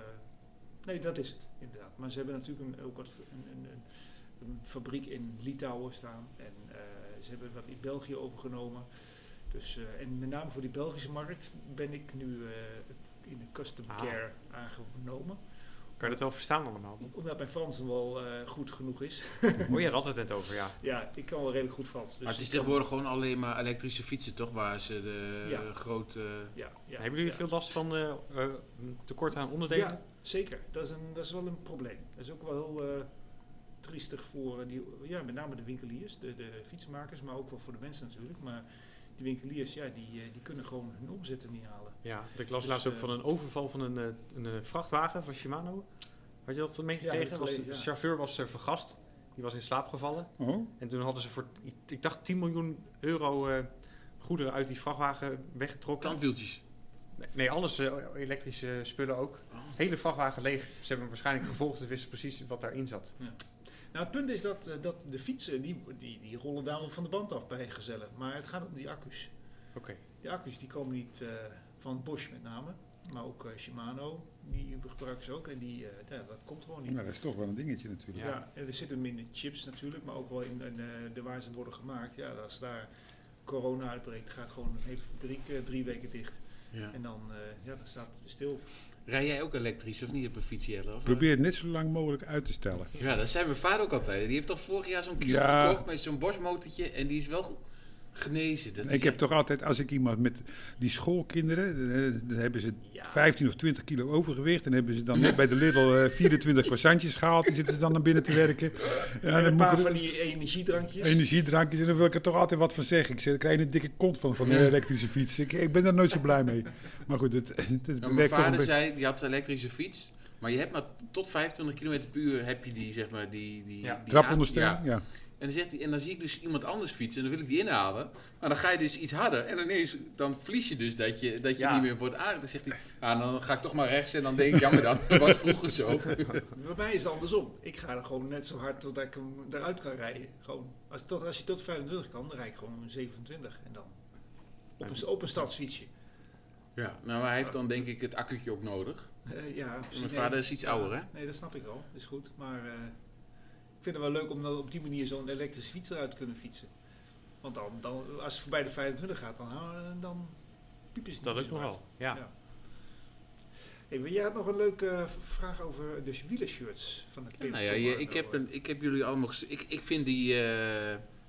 E: nee, dat is het, inderdaad. Maar ze hebben natuurlijk een, ook wat, een, een, een, een fabriek in Litouwen staan. En eh, ze hebben wat in België overgenomen. Dus, eh, en met name voor die Belgische markt ben ik nu eh, in de custom
C: Ah.
E: care aangenomen.
C: Kan je dat wel verstaan allemaal?
E: Omdat mijn Frans nog wel eh, goed genoeg is.
C: Oh, je had het net over, ja.
E: Ja, ik kan wel redelijk goed Frans. Dus
B: maar het is
E: ik kan-
B: tegenwoordig gewoon alleen maar elektrische fietsen, toch? Waar ze de
E: Ja.
B: grote... eh,
E: Ja, ja,
C: Hebben jullie
E: ja.
C: veel last van eh, eh, tekort aan onderdelen?
E: Ja, zeker. Dat is, een, dat is wel een probleem. Dat is ook wel heel eh, triestig voor eh, die, ja, met name de winkeliers, de, de fietsmakers, maar ook wel voor de mensen natuurlijk. Maar die winkeliers, ja, die, eh, die kunnen gewoon hun omzet er niet halen.
C: Ja, ik las
E: Dus,
C: laatst ook
E: eh,
C: van een overval van een, eh, een eh, vrachtwagen van Shimano. Had je dat meegekregen?
E: Ja, ik
C: Was de
E: gelezen, ja.
C: chauffeur was eh, vergast. Die was in slaap gevallen.
D: Oh,
C: En toen hadden ze voor, ik, ik dacht, 10 miljoen euro eh, goederen uit die vrachtwagen weggetrokken.
B: Tandwieltjes.
C: Nee, Nee, alles, eh, elektrische spullen ook.
B: Oh.
C: Hele vrachtwagen leeg. Ze hebben hem waarschijnlijk gevolgd en wisten precies wat daarin zat.
E: Nou, het punt is dat, eh, dat de fietsen, die, die, die rollen daar wel van de band af bij gezellen. Maar het gaat om die accu's.
C: Oké.
E: Die accu's die komen niet eh, van Bosch met name, maar ook eh, Shimano, die gebruiken ze ook. En die, eh, ja, dat komt gewoon niet.
D: nou, dat is toch wel een dingetje natuurlijk.
C: Ja.
E: Ja. en er zitten minder chips natuurlijk, maar ook wel in, in, eh, de waar ze worden gemaakt. Ja, als daar corona uitbreekt, gaat gewoon een hele fabriek eh, drie weken dicht.
B: Ja.
E: En dan, eh, ja, dan staat het stil.
B: Rij jij ook elektrisch of niet op een fiets, Jelle? Of, eh?
D: Probeer het net zo lang mogelijk uit te stellen.
B: Ja, dat zei mijn vader ook altijd. Die heeft toch vorig jaar zo'n cube
D: Ja.
B: gekocht met zo'n borstmotortje. En die is wel genezen. Dat is
D: Ik heb toch altijd, als ik iemand met die schoolkinderen, eh, dan hebben ze
E: Ja.
D: 15 of 20 kilo overgewicht. En hebben ze dan net bij de Lidl eh, 24 croissantjes gehaald. Die zitten ze dan naar binnen te werken. Ja,
E: en
D: dan
E: een
D: moet
E: paar
D: ik
E: van
D: er
E: die energiedrankjes.
D: energiedrankjes. En dan wil ik er toch altijd wat van zeggen. Ik zeg, daar krijg je een dikke kont van, van de elektrische fiets. Ik, ik ben daar nooit zo blij mee. Maar goed, het, het
B: Nou, mijn
D: werkt toch een
B: vader
D: beetje.
B: zei, die had zijn elektrische fiets. Maar je hebt maar tot 25 km per uur heb je die, zeg maar, die... die,
C: Ja,
B: die
D: Trapondersteuning,
B: aan-
D: ja.
B: ja. En, dan zegt hij, en dan zie ik dus iemand anders fietsen en dan wil ik die inhalen. Maar dan ga je dus iets harder. En ineens, dan verlies je dus dat je, dat je
C: Ja.
B: niet meer wordt aardig. Dan zegt hij, ah, dan ga ik toch maar rechts. En dan denk ik, jammer dan, dat was vroeger zo.
E: Bij mij is het andersom. Ik ga er gewoon net zo hard totdat ik hem eruit kan rijden. Gewoon. Als, tot, als je tot 25 kan, dan rijd ik gewoon een 27. En dan op een, op een stadsfietsje.
B: Ja, nou, maar hij heeft dan denk ik het accu'tje ook nodig.
E: Eh, ja, precies.
B: Mijn
E: Nee,
B: vader is iets
E: ja,
B: ouder, hè?
E: Nee, dat snap ik wel. Dat is goed. Maar eh, ik vind het wel leuk om dan op die manier zo'n elektrische fiets eruit te kunnen fietsen. Want dan, dan, als het voorbij de 25 gaat, dan, eh, dan piepen ze
C: Dus Dat
E: niet
C: lukt
E: meer
C: nog
E: zo
C: wel.
E: hard.
C: Ja.
E: Ja. Hey, maar jij had nog een leuke eh, v- vraag over de wielershirts van het
B: Ja, nou ja, je- ik,
E: eh,
B: heb een, ik heb jullie allemaal gezien. Ik, ik vind die. eh,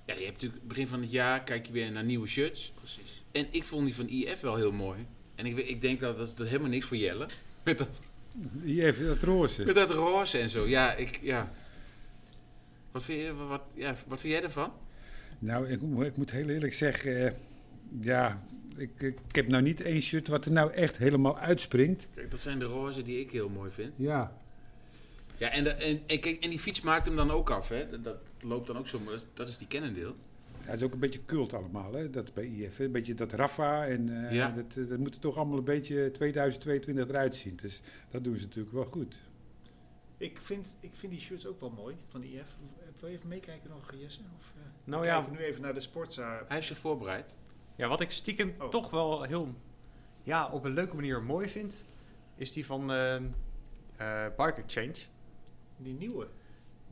B: ja, je hebt natuurlijk begin van het jaar kijk je weer naar nieuwe shirts.
E: Precies.
B: En ik vond die van IF wel heel mooi. En ik, we- ik denk dat dat is dat helemaal niks voor Jelle. Met dat,
D: Hier even dat roze.
B: met dat roze en zo. Ja, ik. Ja. Wat vind, je, wat, ja, wat vind jij ervan?
D: Nou, ik, mo- ik moet heel eerlijk zeggen, eh, ja, ik, ik ik heb nou niet één shirt wat er nou echt helemaal uitspringt.
B: Kijk, dat zijn de rozen die ik heel mooi vind.
D: Ja.
B: Ja, en, de- en, en, kijk, en die fiets maakt hem dan ook af. Hè? Dat, dat loopt dan ook zo. maar Dat, is- dat is die kennendeel.
D: Ja, het is ook een beetje cult allemaal, hè, dat bij IF. hè. Een beetje dat Rafa en eh,
B: Ja.
D: dat, eh, dat moet er toch allemaal een beetje 2022 eruit zien. Dus dat doen ze natuurlijk wel goed.
E: Ik vind, ik vind die shirts ook wel mooi van de IF. Wil je even meekijken nog, Jesse? Of, eh,
C: Nou
E: we
C: ja,
E: kijken nu even naar de sportza.
B: Hij heeft zich voorbereid.
C: ja, wat ik stiekem
E: Oh.
C: toch wel heel ja, op een leuke manier mooi vind, is die van eh eh, Bike Exchange.
E: Die nieuwe.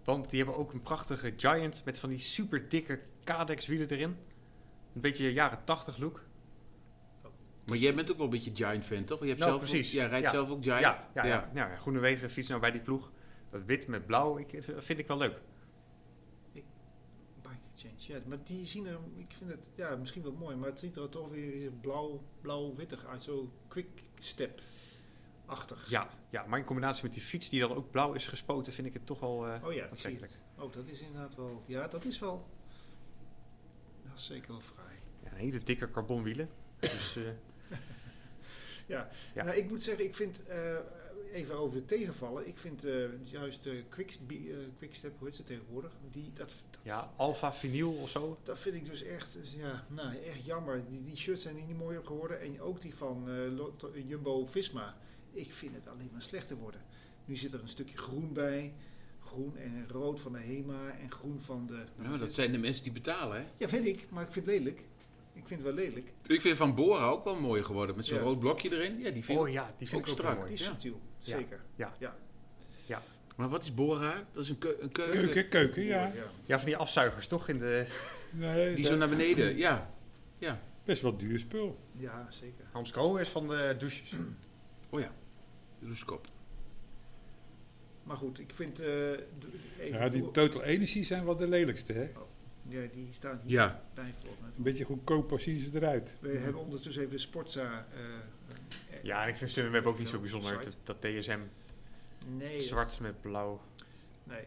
C: Want die hebben ook een prachtige Giant met van die super dikke Kadex wielen erin. Een beetje jaren 80 look.
B: Maar jij bent ook wel een beetje Giant fan, toch? Je hebt
C: Nou,
B: zelf ook-
C: precies.
B: jij rijdt
C: Ja.
B: zelf ook
C: Ja,
B: Giant.
C: ja, ja. ja. ja, Groene Wegen fiets nou bij die ploeg. Dat wit met blauw, ik, eh, vind ik wel leuk.
E: Bike Change, ja. Maar die zien er, ik vind het ja, misschien wel mooi, maar het ziet er toch weer blauw, blauw-wittig uit. Zo quick step-achtig.
C: Ja, ja, maar in combinatie met die fiets die dan ook blauw is gespoten, vind ik het toch wel eh,
E: Oh ja, ik zie
C: aantrekkelijk.
E: het. Oh, dat is inderdaad wel, ja, dat is wel, dat is zeker wel fraai.
C: Ja, een hele dikke carbonwielen. Dus, eh, Ja.
E: Nou, ik moet zeggen, ik vind, eh, even over de tegenvallen, ik vind eh, juist de quick, eh, quick step, hoe heet ze tegenwoordig, die, dat, dat,
C: ja, alfa vinyl of zo.
E: dat vind ik dus echt, dus ja, nou, echt jammer. Die, die shirts zijn er niet mooier op geworden en ook die van eh, Jumbo-Visma. Ik vind het alleen maar slechter worden. Nu zit er een stukje groen bij. groen en rood van de HEMA en groen van de...
B: Ja, maar dat zijn de mensen die betalen, hè?
E: Ja, weet ik, maar ik vind het lelijk. Ik vind het wel lelijk.
B: Ik vind Van Bora ook wel mooi geworden. Met zo'n
E: Ja.
B: rood blokje erin. Ja, die vind
C: Oh ja, die vind
B: ook
C: ik ook
B: strak.
C: wel mooi.
E: Die is
B: Ja.
E: subtiel,
C: Ja.
E: zeker.
B: Maar wat is Bora? Dat is een, keu- een keuken,
D: Keuken, keuken, ja.
E: Ja.
C: Ja, van die afzuigers toch? In de
D: Nee,
B: die
D: dat-
B: zo naar beneden. Ja.
D: Best wel duur spul.
E: Ja, zeker.
C: Hans Kroo is van de douches.
B: Oh ja. Roeskop.
E: Maar goed, ik vind... eh, de- even
D: Ja, die
E: door-
D: Total Energy zijn wel de lelijkste, hè?
E: ja, die staan hier
B: Ja.
E: bij voor me.
D: Een beetje goedkoper zien ze eruit.
E: We hebben ondertussen even de Sportza... eh, eh,
C: Ja, en ik vind Sunweb ook niet zo bijzonder.
E: site.
C: Dat, dat DSM
E: Nee, dat-
C: zwart met blauw.
E: nee.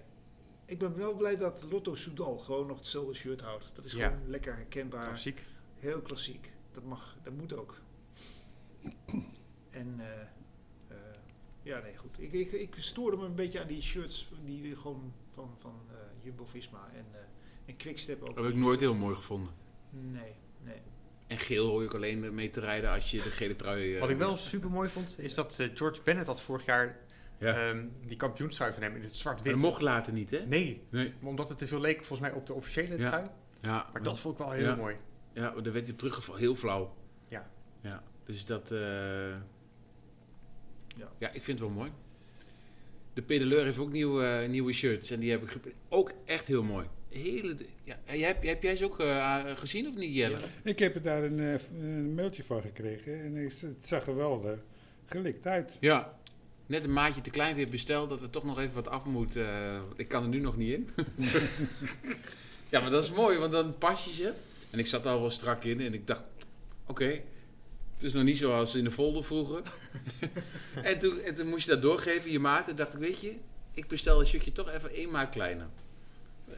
E: Ik ben wel blij dat Lotto Soudal gewoon nog hetzelfde shirt houdt. Dat is
C: Ja.
E: gewoon lekker herkenbaar.
C: Klassiek.
E: Heel klassiek. Dat mag, dat moet ook. en eh, eh, ja, nee, goed. Ik, ik, ik stoorde me een beetje aan die shirts die gewoon van, van eh, Jumbo-Visma en, eh en Quickstep ook.
B: Dat heb ik nooit heel mooi gevonden.
E: Nee, nee.
B: En geel hoor ik alleen mee te rijden als je de gele trui... eh,
C: Wat ik wel super mooi vond, is dat eh, George Bennett had vorig jaar
B: Ja.
C: ehm, die kampioenstrui van hem in het
B: Maar
C: zwart-wit.
B: dat mocht later niet, hè?
C: Nee,
B: Nee.
C: omdat het te veel leek volgens mij op de officiële
B: Ja.
C: trui.
B: Ja,
C: Maar dat vond ik wel heel
B: Ja.
C: mooi.
B: Ja, daar werd hij op teruggevallen. Heel flauw.
C: Ja.
B: Ja, dus dat... eh,
E: Ja.
B: ja. ik vind het wel mooi. De pedaleur heeft ook nieuwe, eh, nieuwe shirts. En die heb ik gep- ook echt heel mooi. Hele, ja, jij, heb, heb jij ze ook eh, gezien of niet, Jelle?
D: Ik heb er daar een, eh, f- een mailtje van gekregen en ik z- het zag er wel eh, gelikt uit.
B: Ja. Net een maatje te klein weer besteld, dat er toch nog even wat af moet. eh, want ik kan er nu nog niet in. ja, maar dat is mooi, want dan pas je ze. En ik zat al wel strak in en ik dacht, oké, het is nog niet zoals in de folder vroeger. en, toen, en toen moest je dat doorgeven, je maat. En dacht ik, weet je, ik bestel dat stukje toch even één maat kleiner.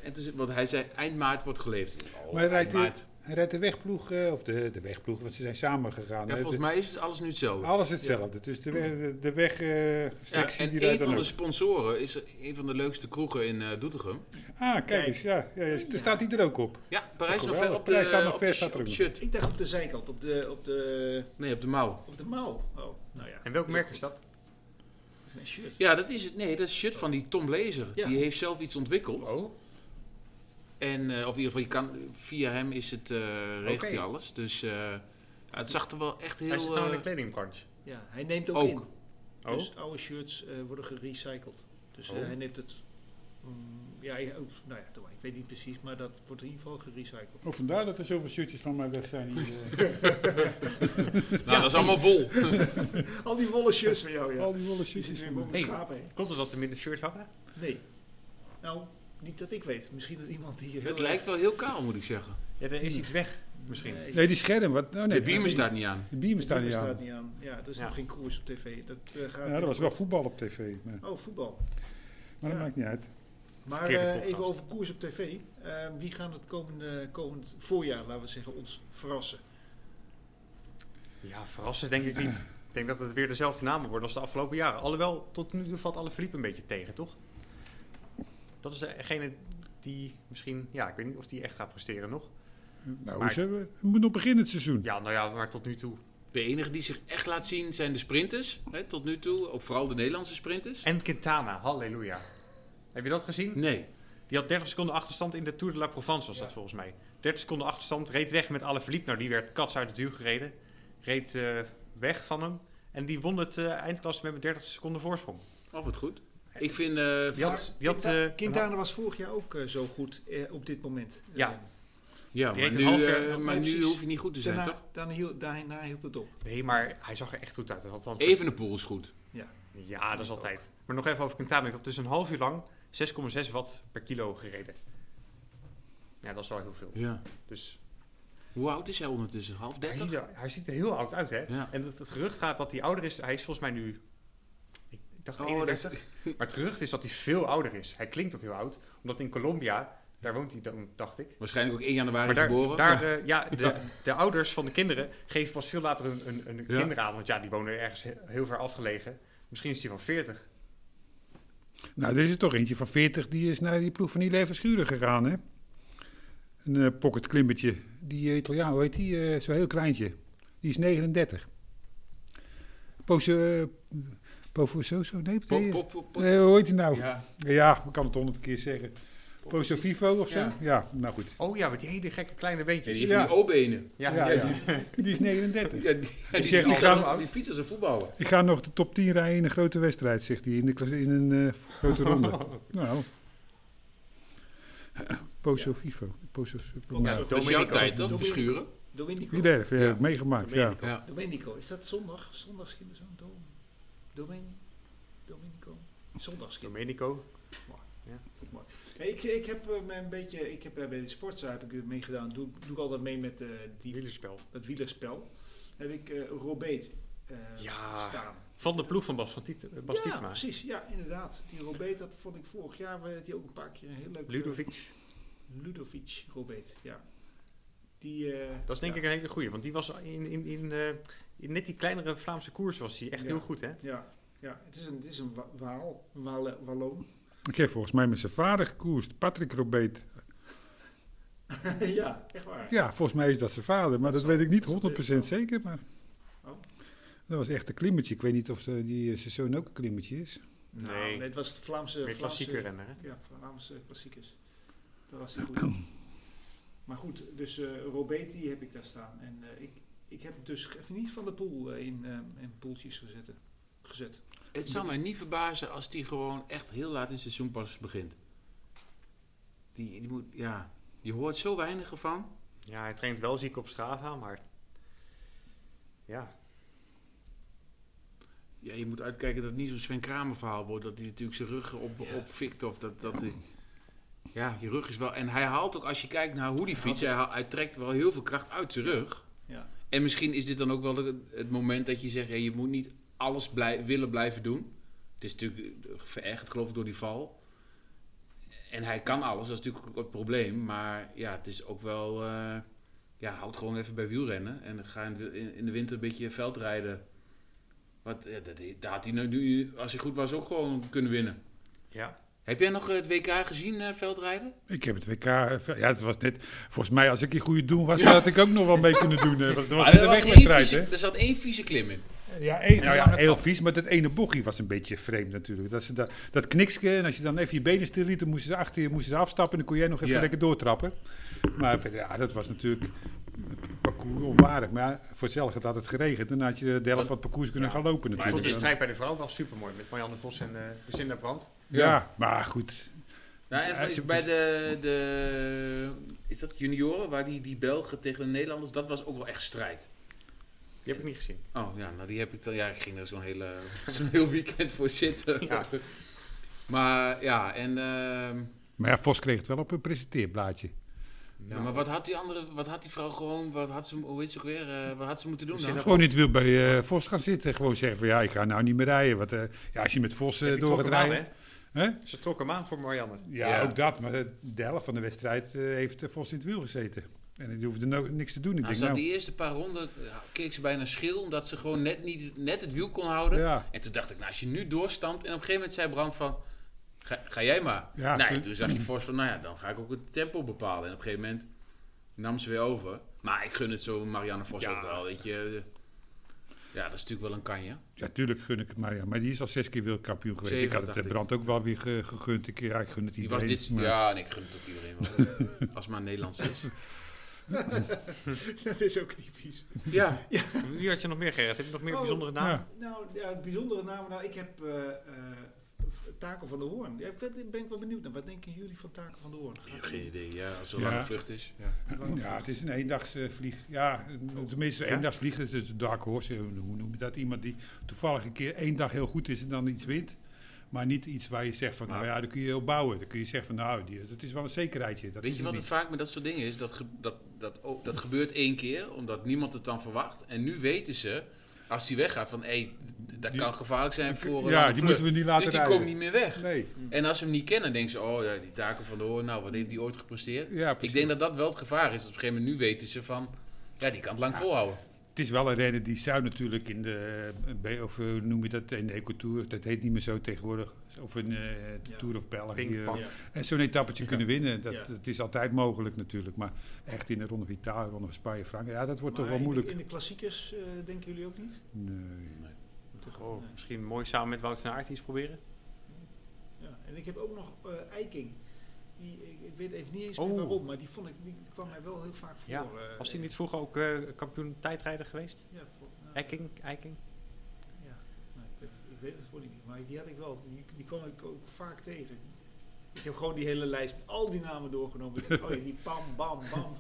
B: En toen, zei- want hij zei, eind maart wordt geleverd. Oh,
D: Maar rijdt
B: eind
D: hij-
B: maart.
D: Hij rijdt de wegploeg, eh, of de, de wegploeg, want ze zijn samen gegaan.
B: Ja,
D: hè.
B: volgens
D: De-
B: mij is het alles nu hetzelfde.
D: Alles hetzelfde. Dus de, we- de
B: Ja,
D: wegsectie die
B: en een
D: rijdt dan
B: van
D: ook.
B: de sponsoren is een van de leukste kroegen in eh, Doetinchem.
D: Ah, kijk, eens, ja. ja, ja, er staat die er ook op.
B: Ja, Parijs
D: Oh,
B: nog
D: geweldig.
B: ver op de,
D: Parijs staat nog
B: op
D: ver,
B: de-
D: staat er
B: op de
D: ook
B: shirt.
E: Ik dacht op de zijkant, op de, op de,
B: Nee, op de mouw.
E: op de mouw. Oh, nou ja.
C: En welk merk is dat?
E: Dat is mijn shirt.
B: Ja, dat is het. Nee, dat is shirt van die Tom Lezer.
E: Ja.
B: Die heeft zelf iets ontwikkeld.
C: Oh,
B: En, eh, of in ieder geval, je kan, via hem is het, eh regelt
C: Oké.
B: hij alles. Dus eh, ja, het zag er wel echt
C: hij zit
B: heel...
C: nou in de
B: eh,
C: kledingbranche.
E: Ja, hij neemt ook,
B: Ook.
E: in.
C: Oh,
E: Dus oude shirts eh, worden gerecycled. Dus eh,
C: Oh.
E: hij neemt het... mm, ja, hij- oh, nou ja, doe maar. ik weet niet precies, maar dat wordt in ieder geval gerecycled.
D: Oh, vandaar dat er zoveel shirtjes van mij weg zijn. Hier, eh.
B: nou, dat is allemaal vol.
E: Al die wollen shirts van jou, ja.
D: Al die wollen
E: Die
D: shirtjes
E: zitten weer
D: van mij.
E: boven
C: Hey.
E: schapen heen.
C: klopt het dat er minder shirts hadden?
E: Nee. Nou, niet dat ik weet. Misschien dat iemand die... heel
B: het
E: erg-
B: lijkt wel heel kaal, moet ik zeggen.
C: Ja, er
B: Hmm.
C: is iets weg, misschien.
E: Nee,
D: Nee, die scherm. Wat? Nou, nee,
B: de beamer staat niet aan.
D: De beamer
E: de
D: staat
E: beamer
D: niet
E: staat
D: aan.
E: niet aan. Ja, er is
C: Ja.
E: nog geen koers op tv. Dat eh, gaat...
D: Ja, dat was wel voetbal op tv. Maar,
E: Oh, voetbal.
D: maar dat
E: Ja.
D: maakt niet uit.
E: Maar
C: Verkeerde
E: eh,
C: podcast.
E: even over koers op tv. Eh, wie gaan het komende, komend voorjaar, laten we zeggen, ons verrassen?
C: Ja, verrassen denk ik niet. Ik denk dat het weer dezelfde namen worden als de afgelopen jaren. Alhoewel, tot nu toe valt alle verliep een beetje tegen, toch? Dat is eh, degene die misschien... Ja, ik weet niet of die echt gaat presteren nog.
D: Nou,
C: Maar-
D: ze hebben, we moeten nog beginnen het seizoen.
C: Ja, nou ja, maar tot nu toe.
B: De enige die zich echt laat zien zijn de sprinters. Hè, tot nu toe. Ook vooral de Nederlandse sprinters.
C: En Quintana, halleluja. Heb je dat gezien?
B: Nee.
C: Die had 30 seconden achterstand in de Tour de la Provence, was dat
E: Ja.
C: volgens mij. 30 seconden achterstand, reed weg met alle verliep. Nou, die werd kats uit het duw gereden. Reed eh, weg van hem. En die won het eh eindklassement met 30 seconden voorsprong.
B: Oh, wat goed. Ik vind... eh,
C: Die had... Die had
E: Quinta-
C: eh,
E: Quintana was vorig jaar ook eh, zo goed eh, op dit moment.
C: Ja,
E: Eh,
B: ja,
C: Die
B: maar
C: heeft
B: nu,
C: een half jaar-
B: eh, maar
E: Nee,
B: nu
E: precies.
B: hoef je niet goed te zijn,
E: daarna,
B: toch?
E: daarna, hield, daarna hield het op.
C: Nee, maar hij zag er echt goed uit. Hij Had dan
B: Evenepoel is goed.
C: Ja, dat is altijd. Maar nog even over Quintana. Ik heb dus een half uur lang 6,6 watt per kilo gereden. Ja, dat is wel heel veel.
B: Ja.
C: Dus
B: Hoe oud is hij ondertussen? Half
C: hij ziet,
B: dertig?
C: er, hij ziet er heel oud uit, hè?
B: Ja.
C: En het, het gerucht gaat dat hij ouder is. Hij is volgens mij nu... Ik, ik dacht
B: Oh,
C: 31. Maar het gerucht is dat hij veel ouder is. Hij klinkt ook heel oud. Omdat in Colombia, daar woont hij dan, dacht ik.
B: Waarschijnlijk ook 1 januari
C: Maar daar,
B: geboren.
C: daar
B: Ja.
C: eh, ja, de, de ouders van de kinderen geven pas veel later een, een, een
B: Ja.
C: kinderavond. Want ja, die wonen ergens he- heel ver afgelegen. Misschien is hij van 40.
D: Nou, er is er toch eentje van 40 die is naar die ploeg van die Verschuren gegaan, hè? Een eh, pocketklimmetje. Die eh, Italiaan, hoe heet die? Eh, Zo'n heel kleintje. Die is 39. Pose, eh, Pofososo? Nee,
B: Pop,
D: nee,
B: pop, pop, pop.
D: nee, hoe heet hij nou?
B: Ja.
D: Ja, ik kan het honderd keer zeggen. Poso Vivo of zo?
B: Ja.
D: Ja. nou goed.
C: Oh ja, met die hele gekke kleine
B: Ja,
C: beentjes.
B: die
C: Ja,
B: heeft van die O-benen.
C: ja,
D: Ja,
C: ja,
D: ja. Die is 39.
B: Ja, die, die,
D: zegt,
B: fietst
D: ik ga-
B: als- die fietst als een voetballer.
D: Ik ga nog de top 10 rijden in een grote wedstrijd, zegt hij. In, de, klas- in een eh, grote ronde. nou. Poso Vivo. Poso
B: Ja,
D: nou,
B: dat is jouw
E: Domenico.
B: tijd, toch?
E: Domenico.
B: Verschuren.
E: Domenico.
D: Die derde heb ik meegemaakt, ja.
E: Domenico. Domenico. Is dat zondag? Zondagskinderzoon? Dom. Domen. Domenico. Zondagskind.
C: Domenico.
E: Ja, ik, ik heb eh, me een beetje, ik heb eh, bij de sportzaal heb ik eh, meegedaan. Doe, doe ik altijd mee met eh, die,
C: Wielerspel.
E: het wielerspel. Heb ik eh Robeet eh,
C: Ja.
E: staan.
C: Van de ploeg van Bas, van Tiet, eh, Bas
E: ja,
C: Tietema.
E: precies. Ja, inderdaad. Die Robeet, dat vond ik vorig jaar, werd die ook een paar keer een heel leuk. eh,
C: Ludovic.
E: Ludovic Robeet, ja. Die, eh,
C: Dat is denk
E: ja,
C: ik een hele goeie, want die was in, in, in, eh, in net die kleinere Vlaamse koers was hij echt
E: Ja.
C: heel goed, hè?
E: Ja, ja het is een, het is een wa- waal, waal, walloon.
D: Ik heb volgens mij met zijn vader gekoerst. Patrick Robeet.
E: ja, echt waar.
D: Ja, volgens mij is dat zijn vader. Maar dat weet ik niet 100% zeker. Maar
E: Oh.
D: dat was echt een klimmetje. Ik weet niet of eh, die eh, zijn zoon ook een klimmetje is.
E: Nou,
C: Nee.
E: het was de Vlaamse...
C: Meer
E: Vlaamse-
C: klassieke renner, hè?
E: Ja, Vlaamse klassiekers. Dat was hij goed. maar goed, dus eh Robert, die heb ik daar staan. En eh, ik, ik heb dus even niet van de pool eh, in, ehm, in poeltjes gezet. gezet.
B: Het zou mij niet verbazen als die gewoon echt heel laat in het seizoen pas begint. Die, die moet, ja, je hoort zo weinig ervan.
C: Ja, hij traint wel ziek op Strava, maar... Ja,
B: Ja, je moet uitkijken dat het niet zo'n Sven Kramer verhaal wordt. Dat hij natuurlijk zijn rug op, opfikt of dat... dat die- ja, je rug is wel... En hij haalt ook, als je kijkt naar hoe die fiets, hij, haalt- hij trekt wel heel veel kracht uit zijn rug.
E: Ja.
B: En misschien is dit dan ook wel het, het moment dat je zegt... hé, je moet niet alles blij, willen blijven doen. Het is natuurlijk eh, verergerd, geloof ik, door die val. En hij kan alles, dat is natuurlijk ook het probleem. Maar ja, het is ook wel... eh, ja, houd gewoon even bij wielrennen. En ga in de, in- in de winter een beetje veldrijden. Wat, eh, dat, daar had hij nou nu, als hij goed was, ook gewoon kunnen winnen.
C: ja.
B: Heb jij nog eh, het WK gezien, eh, veldrijden?
D: Ik heb het WK. eh, Ja, het was net. Volgens mij, als ik in goede doen was, had ik ook nog wel mee kunnen doen. eh, Want het was
B: Ah,
D: net
B: er,
D: een
B: was één
D: wegwedstrijd,
B: vieze,
D: hè?
B: er zat één vieze klim in.
D: Ja, één, nou ja,
C: lange
D: heel
C: trap.
D: vies. Maar dat ene bochtje was een beetje vreemd natuurlijk. Dat, ze dat, dat kniksken. En als je dan even je benen stil liet, dan moesten ze achter je moesten ze afstappen. En dan kon jij nog even
B: Ja.
D: lekker doortrappen. Maar verder, ja, dat was natuurlijk het parcours onwaardig. Maar ja, voor hetzelfde had het geregend. En dan had je de helft van het parcours kunnen
C: Ja.
D: gaan lopen
C: Maar ik vond
D: natuurlijk.
C: die strijd bij de vrouw wel supermooi, met Marianne Vos en eh Lucinda Brandt.
D: ja, maar goed.
B: Ja, en
D: Ja, ze-
B: bij de, de, is dat junioren, waar die, die Belgen tegen de Nederlanders, dat was ook wel echt strijd.
C: Die heb ik niet gezien.
B: Oh ja, nou die heb ik dan, ja, ik ging er zo'n hele, zo'n heel weekend voor zitten.
C: Ja.
B: Maar ja, en, ehm,
D: Maar ja, Vos kreeg het wel op een presenteerblaadje.
B: ja, maar wat had die andere, wat had die vrouw gewoon, wat had ze, hoe heet ze ook weer, eh, wat had ze moeten doen
C: Dus
B: dan?
C: in
D: Gewoon niet wil bij eh, Vos gaan zitten. Gewoon zeggen van ja, ik ga nou niet meer rijden. Want eh, ja, als je met Vos eh,
C: Die
D: door
C: trok
D: gaat
C: hem aan,
D: rijden.
C: hè?
D: Hè?
C: Ze trok hem aan voor Marianne.
D: Ja,
B: Ja.
D: ook dat. Maar de de helft van de wedstrijd eh, heeft eh, Vos in het wiel gezeten. En die hoefde no- niks te doen. Ik
B: Nou,
D: denk
B: ze had
D: nou,
B: die eerste paar ronden, ja, keek ze bijna schil, omdat ze gewoon net, niet, net het wiel kon houden.
D: ja.
B: En toen dacht ik, nou, als je nu doorstampt... En op een gegeven moment zei Brand van, ga, ga jij maar.
D: Ja,
B: nou,
D: toen-
B: en toen zag je Vos van, nou ja, dan ga ik ook het tempo bepalen. En op een gegeven moment nam ze weer over. Maar ik gun het zo Marianne Vos
C: Ja.
B: ook wel, weet je. Ja, dat is natuurlijk wel een kanje.
D: ja, tuurlijk gun ik het maar. Ja. Maar die is al zes keer wereldkampioen geweest.
B: Zeven,
D: ik had het
B: dacht
D: eh, Brand ook wel weer ge- gegund. Ik, ja, ik gun het
B: Die
D: iedereen.
B: was dit...
D: maar-
B: Ja, en ik gun het ook iedereen wel. als het maar Nederlands is.
E: dat is ook typisch.
B: Ja.
C: Wie had je nog meer, Gerrit? Heb je nog meer
E: Oh,
C: bijzondere namen?
D: ja.
E: Nou, ja, bijzondere namen. Nou, ik heb eh eh, Taco van der Hoorn. Ja, ik ben, ben ik wel benieuwd naar. Wat denken jullie van Taco van der Hoorn? Gaat die-
B: Geen idee, ja. Als het
D: Ja.
B: een lange vlucht is. Ja.
D: Ja, het is een eendags eh, vlieg. Ja, eh, tenminste, een eendags vlieg. Het is een dark horse. eh, Hoe noem je dat? Iemand die toevallig een keer één dag heel goed is en dan iets wint. Maar niet iets waar je zegt van, nou ja, daar kun je op bouwen. Dan kun je zeggen van, nou, die, dat is wel een zekerheidje. Dat
B: Weet
D: is
B: je
D: het
B: wat het
D: niet.
B: vaak met dat soort dingen is? Dat, ge- dat, dat, ook- dat gebeurt één keer, omdat niemand het dan verwacht. En nu weten ze, als die weggaat, van hé, dat
D: Die-
B: kan gevaarlijk zijn voor een
D: Ja,
B: lange
D: die
B: vlucht.
D: moeten we niet laten
B: Dus die
D: rijden. Hm.
B: komen niet meer weg.
D: Nee,
B: En als ze hem niet kennen, denken ze, oh ja, die taken van de hoorn, nou, wat heeft die ooit gepresteerd?
D: ja, precies.
B: Ik denk dat dat wel het gevaar is. Op een gegeven moment nu weten ze van, ja, die kan het lang volhouden.
D: Het is wel een reden die zou natuurlijk in de, eh, B- of eh, hoe noem je dat, in de Ecotour, dat heet niet meer zo tegenwoordig, of in eh, de
E: Ja.
D: Tour of België.
C: Pingpong.
E: Ja.
D: En zo'n etappetje kunnen winnen, dat,
E: Ja.
D: dat is altijd mogelijk natuurlijk. Maar echt in de Ronde van Italië, Ronde van Spanje, Frankrijk, ja dat wordt
E: Maar
D: toch wel
E: in de-
D: moeilijk.
E: In de klassiekers eh, denken jullie ook niet?
D: Nee.
B: Nee.
E: te gaan,
C: Oh,
E: nee.
C: misschien mooi samen met Wout van Aert iets proberen.
E: Ja, en ik heb ook nog eh, Eiking. Die, ik, ik weet even niet eens
C: Oh.
E: meer waarom, maar die, vond ik, die kwam mij wel heel vaak voor.
C: Ja,
E: eh,
C: Was hij niet vroeger ook eh, kampioen tijdrijder geweest?
E: Ja, voor, nou,
C: Eiking? Eiking?
E: Ja, nou, ik, weet, ik weet het gewoon niet meer. Maar die had ik wel, die, die kwam ik ook vaak tegen. Ik heb gewoon die hele lijst met al die namen doorgenomen. Ik dacht, oh ja, die bam, bam, bam.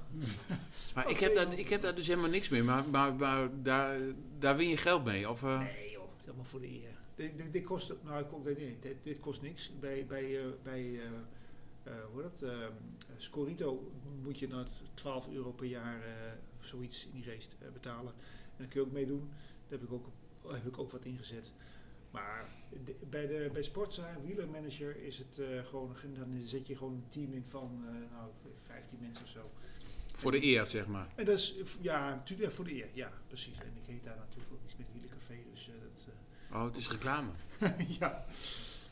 B: Maar
E: Oh,
B: ik, heb daar,
E: zeker.
B: ik heb daar dus helemaal niks mee. Maar, maar, maar daar, daar win je geld mee. Of, eh,
E: Nee joh, zeg maar voor de eer. Dit, dit, dit kost, nou ik kom er niet in. dit, dit kost niks. Bij, bij, eh, bij eh, eh, hoe heet dat, eh, Scorito moet je dat 12 euro per jaar eh, of zoiets in die race eh, betalen. En dan kun je ook meedoen. Daar heb ik ook, heb ik ook wat ingezet. Maar de- bij, de, bij Sportza, wielermanager, is het eh, gewoon, een- dan zet je gewoon een team in van eh, nou, 15 mensen of zo.
B: voor de eer, zeg maar.
E: En dat is, eh, v- ja, natuurlijk ja, voor de eer, ja, precies. En ik heet daar natuurlijk ook iets met wielercafé, dus eh, dat... eh,
B: Oh, het is reclame.
E: ja.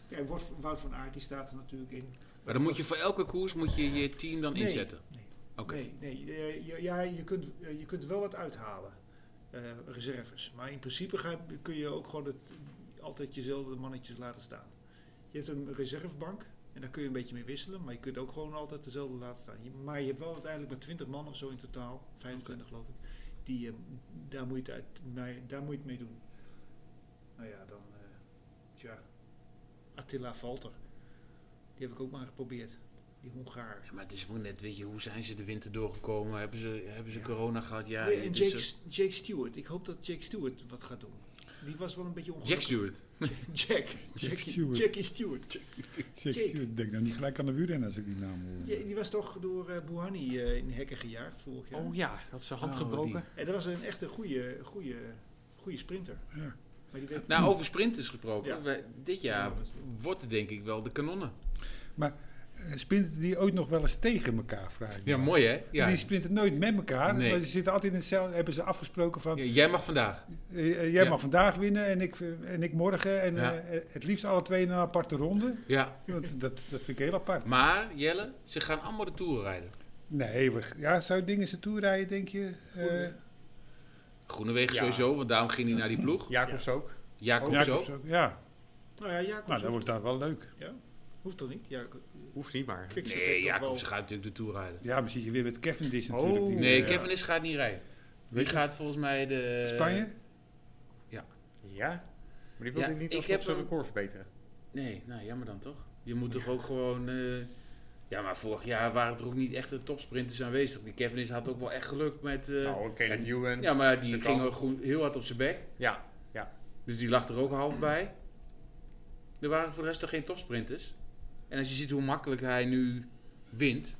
E: ja Wout- Wout van Aert die staat er natuurlijk in.
B: Maar dan moet je voor elke koers moet je, je team dan
E: Nee.
B: inzetten.
E: Nee.
B: Oké.
E: Nee, nee eh, je, ja, je kunt, eh, je kunt wel wat uithalen. eh, reserves. Maar in principe ga, kun je ook gewoon het, altijd jezelf de mannetjes laten staan. Je hebt een reservebank en daar kun je een beetje mee wisselen. Maar je kunt ook gewoon altijd dezelfde laten staan. Je- maar je hebt wel uiteindelijk maar 20 man of zo in totaal. 25 geloof ik. Die, eh, daar, moet je het uit, mij- daar moet je het mee doen. Nou ja, dan... eh tja. Attila Valter. Die heb ik ook maar geprobeerd. Die Hongaar.
B: Ja, maar het is maar net, weet je, hoe zijn ze de winter doorgekomen? Hebben ze, hebben ze corona gehad? Ja,
E: Nee, en
B: dus,
E: Jake,
B: eh,
E: S- Jake Stewart. Ik hoop dat Jake Stewart wat gaat doen. Die was wel een beetje
B: Jack
E: ongelukkig.
B: Stewart.
E: Jack. Jack
D: Stewart.
E: Jackie Stewart.
D: Six
E: Jake.
D: Stewart, denk nou niet gelijk aan de wielrenner als ik die naam hoor.
E: Ja, die was toch door eh Buhani eh, in de hekken gejaagd vorig jaar.
C: Oh ja, dat is zijn hand
B: Oh,
C: gebroken.
E: En dat was een echte goede, goede, goede sprinter.
D: Ja.
E: Maar die werd...
B: Nou, over sprinters gesproken.
E: Ja.
B: Wij- dit jaar
E: Ja, dat is-
B: wordt het denk ik wel de kanonnen.
D: Eh, Sprinten die ooit nog wel eens tegen elkaar vragen.
B: Ja, mooi hè? Ja.
D: Die sprinten nooit met elkaar,
B: Nee.
D: maar ze zitten altijd in hetzelfde. Hebben ze afgesproken van,
B: Ja, Jij mag vandaag.
D: eh, eh, jij
B: Ja.
D: mag vandaag winnen en ik, eh, en ik morgen. En
B: Ja.
D: eh, eh, het liefst alle twee in een aparte ronde.
B: Ja.
D: Want dat, dat vind ik heel apart.
B: Maar, Jelle, ze gaan allemaal de Tour rijden.
D: Nee, we, ja, zou dingen ze toerijden, denk je? Eh,
B: Groenewegen
C: Ja.
B: sowieso, want daarom ging hij naar die ploeg.
C: Jacobs ook.
B: Jacobs,
D: Jacobs
B: ook.
D: Eh, ook, Ja,
E: Nou ja, Jacobs
D: nou, dat
E: hoeft,
D: wordt daar wel leuk.
E: hoeft toch niet? Ja, K-
C: Hoeft niet, maar
E: Quickstep
B: Nee,
E: heeft toch
B: Jacobs
E: wel-
B: gaat natuurlijk de Tour rijden.
D: Ja, maar zit je weer met Cavendish natuurlijk. die-
B: Oh.
D: eh,
B: Nee,
D: ja.
B: Kevin eh, is gaat niet rijden. Die
D: Weet je-
B: gaat volgens mij de...
D: Spanje?
C: Ja, maar die wil
B: Ja,
C: hij niet
B: ik
C: als
B: heb
C: op zijn
B: hem-
C: record verbeteren.
B: Nee, nou jammer dan toch. Je moet toch ook gewoon... eh, Ja, maar vorig jaar waren er ook niet echt de topsprinters aanwezig. Die Kevin is had ook wel echt geluk met... eh,
C: nou, oké, en Ewan.
B: ja, maar die
C: zit
B: ging
C: al-
B: ook goed, heel hard op zijn bek.
C: Ja,
B: Dus die lag er ook half bij. Er waren voor de rest toch geen topsprinters. En als je ziet hoe makkelijk hij nu wint...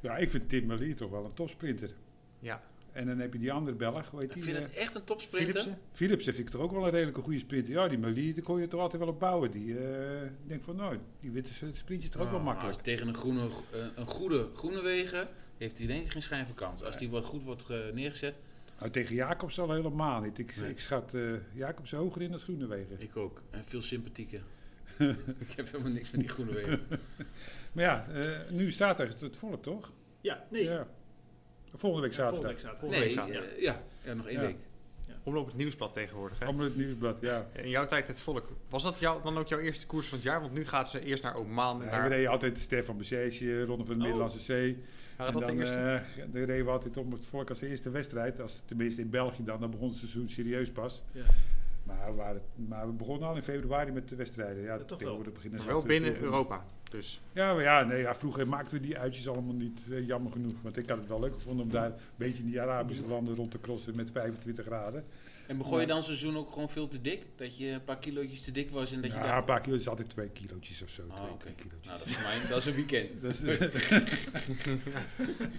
D: Ja, ik vind Tim Merlier toch wel een topsprinter.
C: Ja.
D: En dan heb je die andere Belg, hoe heet
B: Ik
D: die?
B: vind
D: eh,
B: het echt een topsprinter.
C: Philipsen?
D: Philipsen vind ik toch ook wel een redelijke goede sprinter. Ja, die Merlier, daar kon je toch altijd wel op bouwen. Die, eh, ik denk van, nou, die wint het sprintje toch ook wel
B: Ah,
D: makkelijk.
B: Als tegen een, groene, eh, een, een goede groene wegen heeft hij denk ik geen schijn van kans. Als die wat goed wordt eh, neergezet,
D: Nou, tegen Jacobs al helemaal niet. Ik,
B: Nee.
D: ik schat eh, Jacobs hoger in dan Groenewegen.
B: ik ook. En veel sympathieker. ik heb helemaal niks met die groene wegen.
D: Maar ja, eh, nu staat er het volk, toch?
E: Ja, nee.
D: Ja. Volgende week
E: Ja,
D: zaterdag.
E: volgende week zaterdag.
C: Volgende
B: Nee,
C: week zaterdag.
B: eh, ja, ja, nog één
D: Ja.
B: week.
C: omloop het nieuwsblad tegenwoordig. Hè?
D: Allemaal het nieuwsblad, ja.
C: In jouw tijd het volk. Was dat jou, dan ook jouw eerste koers van het jaar? Want nu gaat ze eerst naar Oman. En
D: Nee,
C: naar,
D: we reden altijd de Ster van Bezetje, Ronde van de
E: Oh.
D: Middellandse Zee.
C: waren
D: en
C: dat de
D: dan,
C: eerste?
D: eh, dan reden we altijd om het volk als eerste wedstrijd. Als, tenminste in België dan, dan begon het seizoen serieus pas.
E: Ja.
D: Maar, we waren, maar we begonnen al in februari met de wedstrijden. Ja,
E: Ja, toch wel.
D: tegenwoordig beginnen
C: maar
D: ze
C: wel
D: altijd
C: binnen
D: vroeg.
C: Europa. Dus
D: Ja, maar ja, nee, ja, vroeger maakten we die uitjes allemaal niet, eh, jammer genoeg. Want ik had het wel leuk gevonden om daar een beetje in die Arabische landen rond te crossen met 25 graden.
B: En begon je dan seizoen ook gewoon veel te dik? Dat je een paar kilootjes te dik was en dat je
D: Ja, Nou, een
B: dacht...
D: paar kilo, is altijd twee kilootjes of zo.
B: Oh,
D: twee,
B: oké.
D: drie kilootjes.
B: Nou, dat is, mijn, dat is een weekend.
D: Dus,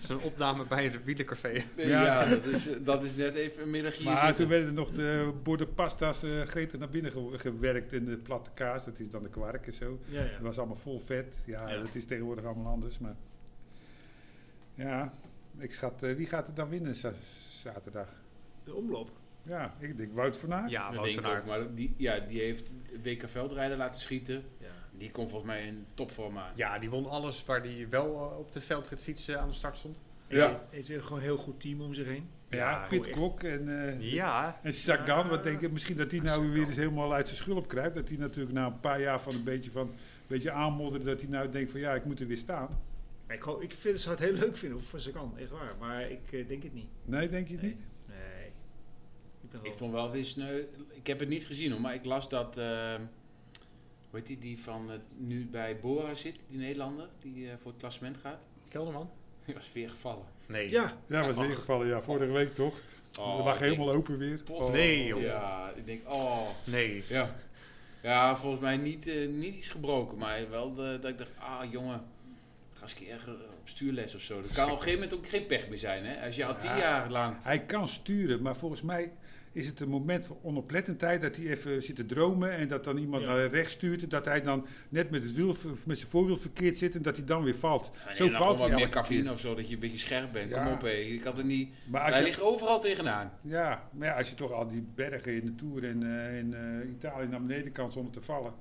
C: zo'n opname bij het wielercafé.
B: Nee,
D: Ja.
B: ja, dat, is, eh, dat is net even een middagje
D: maar
B: zitten.
D: toen werden er nog de borden pasta's eh gretig naar binnen ge- gewerkt en de platte kaas, dat is dan de kwark en zo.
E: Ja, ja.
D: Dat was allemaal vol vet. Ja,
E: Ja.
D: dat is tegenwoordig allemaal anders. Maar ja, ik schat, eh, wie gaat er dan winnen za- zaterdag?
E: De omloop.
D: Ja, ik denk Wout van Aert.
C: Ja,
B: Dat
C: Wout
B: denk
C: van
B: ik ook,
C: Aert.
B: maar die, ja, die heeft WK Veldrijden laten schieten.
E: Ja.
B: Die komt volgens mij in topvorm aan.
C: Ja, die won alles waar die wel eh, op de veldrit fiets eh, aan de start stond.
D: Ja.
E: Heeft hij gewoon een heel goed team om zich heen.
D: Ja, Piet Kok en, eh,
C: Ja,
D: en Sagan. Wat denk je, misschien dat hij nou weer eens helemaal uit zijn schulp kruipt. Dat hij natuurlijk na een paar jaar van een beetje, van, een beetje aanmodderen... dat hij nou denkt van ja, ik moet er weer staan.
E: Maar Ik, ho- ik vind, zou het heel leuk vinden of ze kan, echt waar. Maar ik eh, denk het niet.
D: Nee, denk je het
E: Nee.
D: niet?
E: Nee. Ik ben wel-
B: Ik vond wel weer sneu. Ik heb het niet gezien hoor, maar ik las dat. eh hoe heet die, die van eh, nu bij Bora zit, die Nederlander, die eh, voor het klassement gaat.
C: Kelderman?
B: Die was weer gevallen.
C: Nee.
E: Ja,
D: Ja, was
B: Ach.
D: weer gevallen. Ja, vorige week toch?
B: Oh,
D: dat lag
B: ik denk,
D: helemaal open weer.
B: pot-
C: Nee, joh.
B: Oh, Ja, ik denk, oh.
C: Nee.
B: Ja, ja volgens mij niet, eh, niet iets gebroken, maar wel de- dat ik dacht, ah jongen, ga eens een keer eh, op stuurles of zo. Dat kan op een gegeven moment ook geen pech meer zijn, hè? Als je al tien
D: Ja.
B: jaar lang...
D: Hij kan sturen, maar volgens mij is het een moment van onoplettendheid dat hij even zit te dromen en dat dan iemand
E: Ja.
D: naar rechts stuurt en dat hij dan net met, het wiel, met zijn voorwiel verkeerd zit en dat hij dan weer valt.
B: Ja,
D: Zo
B: en dan gewoon
D: valt hij
B: wat meer
D: elke
B: cafeïne
D: keer.
B: of zo, dat je een beetje scherp bent.
D: Ja.
B: Kom op, hé. Ik had het niet...
D: Maar als
B: Hij
D: je,
B: ligt overal tegenaan.
D: ja, maar ja, als je toch al die bergen in de Tour en eh, in eh, Italië naar beneden kan zonder te vallen,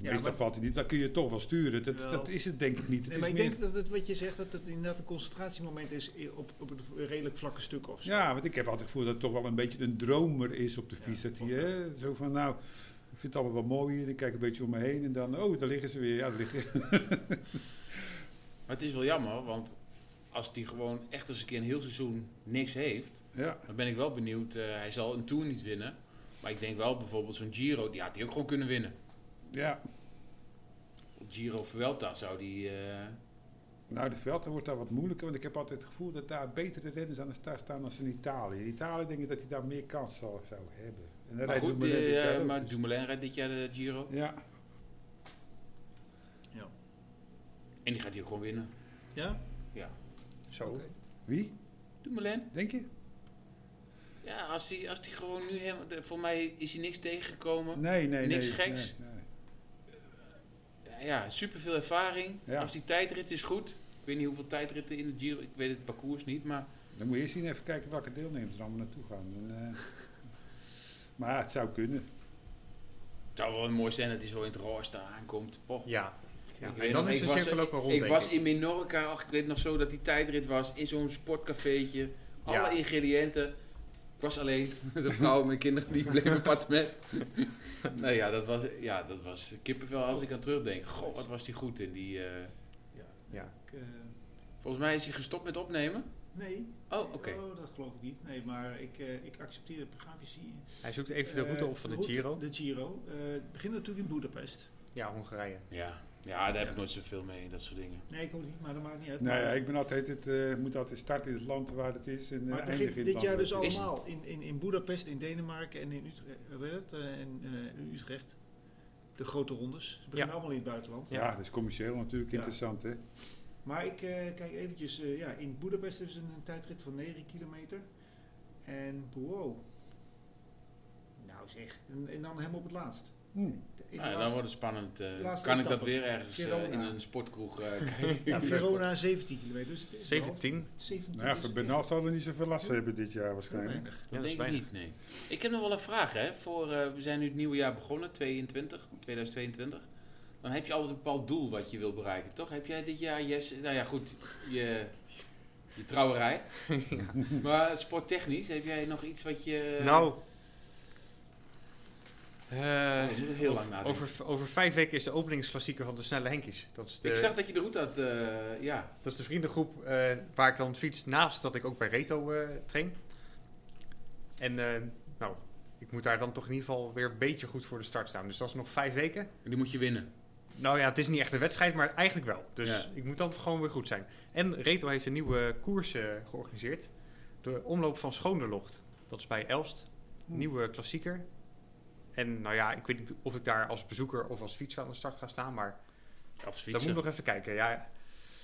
E: Ja,
D: meestal
E: maar-
D: valt hij niet, dan kun je toch wel sturen. Dat,
E: Wel.
D: dat is het denk ik niet. Het
E: nee,
D: is
E: maar ik
D: meer-
E: denk dat het wat je zegt, dat het inderdaad een concentratiemoment is i- op, op het redelijk vlakke stuk of zo.
D: Ja, want ik heb altijd het gevoel dat het toch wel een beetje een dromer is op de
E: Ja,
D: fiets. dat hij
E: klopt.
D: hè, zo van, nou, ik vind het allemaal wel mooi hier. Ik kijk een beetje om me heen en dan, oh, daar liggen ze weer. Ja, daar liggen
B: Maar het is wel jammer, want als die gewoon echt eens een keer een heel seizoen niks heeft...
D: Ja,
B: Dan ben ik wel benieuwd. eh, hij zal een Tour niet winnen. Maar ik denk wel bijvoorbeeld zo'n Giro, die had hij ook gewoon kunnen winnen.
D: ja.
B: Op Giro Vuelta zou die... eh,
D: Nou, de velden wordt daar wat moeilijker. Want ik heb altijd het gevoel dat daar betere renners aan de start staan dan in Italië. In Italië denk ik dat hij daar meer kans zal, zou hebben. En dan
B: maar
D: rijdt
B: goed,
D: Dumoulin dit
B: eh,
D: jaar ook.
B: maar Dumoulin rijdt dit jaar de Giro.
D: Ja,
B: En die gaat hij ook gewoon winnen.
E: Ja?
D: zo. Wie?
B: Dumoulin?
D: Denk je?
B: Ja, als die, als die gewoon nu helemaal... de- Voor mij is hij niks tegengekomen.
D: Nee, nee,
B: Niks
D: nee,
B: geks.
D: nee, nee.
B: Ja, Ja, superveel ervaring.
D: Ja.
B: Als die tijdrit is goed. Ik weet niet hoeveel tijdritten in de Giro... Ik weet het parcours niet, maar...
D: Dan moet je eerst zien even kijken welke deelnemers er allemaal naartoe gaan. En, eh, maar ja, het zou kunnen.
B: Het zou wel mooi zijn dat hij zo in het rooster aankomt. Poch.
C: Ja.
B: Ik
C: En
B: weet
C: dan
B: nog,
C: is
B: ik
C: de
B: was-
C: cirkel ook wel rond,
B: Ik
C: denk
B: was
C: ik.
B: in Menorca, ach, ik weet nog zo dat die tijdrit was, in zo'n sportcafeetje. Alle
C: Ja.
B: ingrediënten. Ik was alleen, de vrouw en mijn kinderen die bleven apart met. nou ja dat, was, ja, dat was kippenvel als ik aan terugdenk. Goh, wat was die goed in die... eh,
E: Ik, eh,
B: volgens mij is hij gestopt met opnemen.
E: nee.
B: Oh, oké.
E: Oh, dat geloof ik niet. Nee, maar ik, eh, ik accepteer het programmavisie.
C: Hij zoekt even de
B: Eh,
C: route op van de Giro.
E: Eh, De Giro. Eh, het begint natuurlijk in Boedapest.
C: Ja, Hongarije.
B: Ja. ja, daar heb ik nooit zoveel mee, dat soort dingen.
E: Nee, ik ook niet, maar dat maakt niet uit.
D: Nou
E: maar,
D: ja, ik ben altijd het, eh, moet altijd starten in het land waar het is. En, eh,
E: maar het
D: eindigen
E: begint
D: in het
E: dit
D: land
E: jaar
D: waar
E: dus
D: het is.
E: allemaal. In, in, in Boedapest, in Denemarken en in Utrecht, eh, hoe heet het? Eh, en, eh, in Utrecht. De grote rondes. Ze beginnen
C: Ja.
E: allemaal in het buitenland.
D: Ja, dat is commercieel natuurlijk
E: Ja.
D: interessant, hè?
E: Maar ik eh, kijk eventjes, eh, ja, in Boedapest hebben ze een, tijdrit van 9 kilometer. En wow. Nou zeg, en, en dan helemaal op het laatst.
D: Hm.
E: De- in de
B: Nou, ja, dan
E: laatste-
B: wordt het spannend. eh,
E: laatste
B: kan ik dat
E: etappe.
B: weer ergens eh, in
E: Girona.
B: een sportkroeg eh, kijken?
E: ja, Verona 17 kilometer. Dus het is wel
C: 17.
E: 17
D: Nou ja,
E: is
D: voor
E: echt
D: Bernal zal er niet zoveel last van hebben dit jaar
E: heel
D: waarschijnlijk.
E: weinig.
C: Ja,
B: Dat
C: dat is
B: denk ik
C: weinig.
B: niet, nee. Ik heb nog wel een vraag, hè. Voor, eh, we zijn nu het nieuwe jaar begonnen, 22, 2022. Dan heb je altijd een bepaald doel wat je wil bereiken, toch? Heb jij dit jaar, yes, nou ja, goed, je, je trouwerij. Maar sporttechnisch, heb jij nog iets wat je...
C: Nou. eh,
B: Oh, je moet heel lang
C: over-
B: nadenken.
C: over, over vijf weken is de openingsklassieker van de Snelle Henkies. Dat is de,
B: Ik zag dat je de route had, eh, ja.
C: dat is de vriendengroep eh, waar ik dan fiets naast dat ik ook bij Reto eh, train. En eh, nou, ik moet daar dan toch in ieder geval weer een beetje goed voor de start staan. Dus dat is nog vijf weken.
B: En die moet je winnen.
C: Nou ja, het is niet echt een wedstrijd, maar eigenlijk wel. Dus
B: Ja.
C: ik moet dan gewoon weer goed zijn. En Reto heeft een nieuwe koers eh, georganiseerd. De omloop van Schoonderlocht. Dat is bij Elst.
D: Hmm.
C: Nieuwe klassieker. En nou ja, ik weet niet of ik daar als bezoeker of als fietser aan de start ga staan. Maar
B: Als
C: dat moet
B: fietsen.
C: ik nog even kijken. Ja,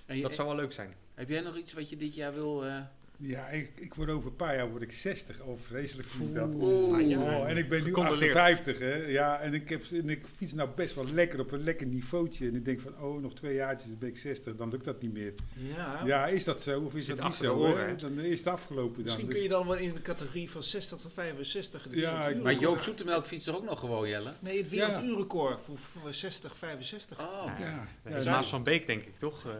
B: En je-
C: dat zou wel leuk zijn.
B: Heb jij nog iets wat je dit jaar wil... eh,
D: Ja, ik, ik word over een paar jaar word ik 60. Al vreselijk vind ik dat.
B: Oeh.
C: Ah, ja.
D: Oh, en ik ben nu
C: Gecondoleerd.
D: 58, hè. Ja, en ik, heb, en ik fiets nou best wel lekker op een lekker niveautje. En ik denk van, oh, nog twee jaartjes dan ben ik 60. Dan lukt dat niet meer.
E: Ja,
D: Ja, is dat zo of is
C: Nou. Zit
D: dat niet
C: achter de
D: zo?
C: oren,
D: hè?
C: hè?
D: Dan is het afgelopen dan.
E: misschien
D: Dus-
E: kun je dan wel in de categorie van 60 tot 65 het
D: Ja, ik-
E: werelduurrecord-
B: Maar Joop Zoetemelk fietst er ook nog gewoon, Jelle.
E: Nee, het
D: Ja.
E: werelduurrecord voor, voor 60, 65.
B: Oh,
C: Ja.
D: Ja,
C: Nee,
D: ja,
C: Maas van Beek, denk ik toch? Eh,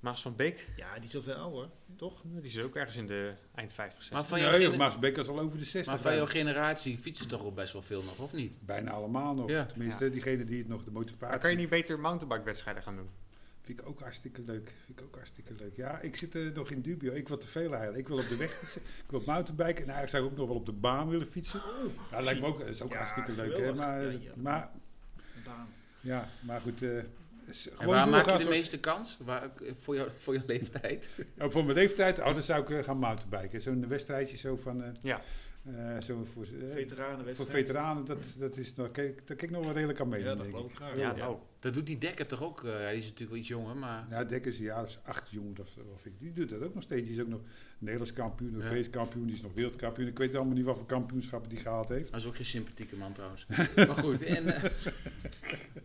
C: Maas van Beek,
E: Ja, die is al veel ouder.
C: toch? Die zit ook ergens in de eind 50, 60.
B: Maar van, jouw
D: Nee,
B: gener-
D: Maas Beek is al over de 60.
B: maar van jouw
D: bijna.
B: generatie fietsen toch al best wel veel nog, of niet?
D: Bijna allemaal nog.
B: Ja.
D: Tenminste, diegene die het nog de motivatie...
C: Maar kan je niet beter mountainbikewedstrijden gaan doen?
D: Vind ik ook hartstikke leuk. Vind ik ook hartstikke leuk. Ja, ik zit er nog in dubio. Ik wil te veel eigenlijk. Ik wil op de weg fietsen. Ik wil op mountainbiken. En eigenlijk zou ik ook nog wel op de baan willen fietsen. Ja, dat lijkt me ook, dat is ook
E: Ja,
D: hartstikke leuk. Hè?
E: geweldig.
D: Maar,
E: Ja, ja.
D: Maar,
E: Een baan.
D: ja, maar goed. eh, s-
B: En
D: gewoon
B: waar maak je
D: doorgaan
B: de
D: zoals-
B: meeste kans? Waar, eh, voor, jou, voor jouw leeftijd?
D: Oh, voor mijn leeftijd, oh, dan zou ik eh, gaan mountainbiken. Zo'n wedstrijdje zo van... eh,
C: Ja.
D: eh, zo voor, eh, voor
E: Veteranenwedstrijd.
D: veteranen, dat, dat is, nog- kijk, daar kijk ik nog wel redelijk aan mee.
E: Oh, Ja, dat
D: denk
E: geloof
D: ik.
E: ik graag.
C: Ja, nou.
B: Dat doet die Dekker toch ook? eh, hij is natuurlijk wel iets jonger, maar...
D: Ja, Dekker is een jaar of acht jong, of, of ik. Die doet dat ook nog steeds. Die is ook nog Nederlands kampioen, Europees kampioen, die is nog wereldkampioen. Ik weet allemaal niet wat voor kampioenschappen die gehaald heeft.
B: Hij is ook geen sympathieke man trouwens. maar goed, en, eh,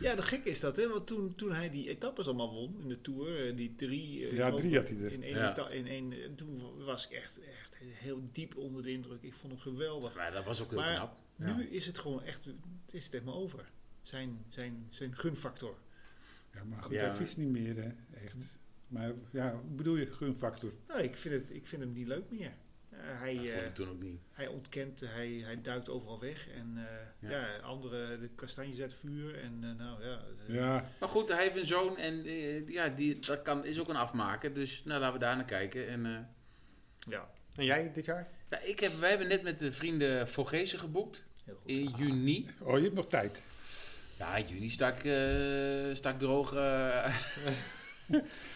E: Ja, de gek is dat, hè? Want toen, toen hij die etappes allemaal won in de Tour, eh, die drie... eh,
D: Ja,
E: knopen
D: drie had hij er.
E: In één,
B: Ja.
E: eta- in één, eh, toen was ik echt, echt heel diep onder de indruk. Ik vond hem geweldig.
B: maar dat was ook heel
E: Maar-
B: knap. Ja.
E: Nu is het gewoon echt, is het helemaal over. Zijn, zijn, zijn gunfactor.
D: Ja, maar goed,
B: Ja.
D: hij fietst niet meer, hè, echt. Maar ja, hoe bedoel je gunfactor?
E: Nou, ik vind, het, ik vind hem niet leuk meer. Eh, hij,
B: Dat vond
E: eh,
B: ik toen ook niet.
E: hij ontkent, hij, hij duikt overal weg. En eh, ja. anderen, de kastanje zet vuur. En eh, nou ja... eh,
D: Ja,
B: Maar goed, hij heeft een zoon en eh, ja, die, dat kan, is ook een afmaker. Dus nou, laten we daar naar kijken. En, eh,
E: ja,
C: En jij dit jaar?
B: ja, ik heb, wij hebben net met de vrienden Vogezen geboekt.
E: heel goed.
B: In juni.
D: oh, je hebt nog tijd.
B: Ja, in juni sta ik, eh, sta ik droog. eh.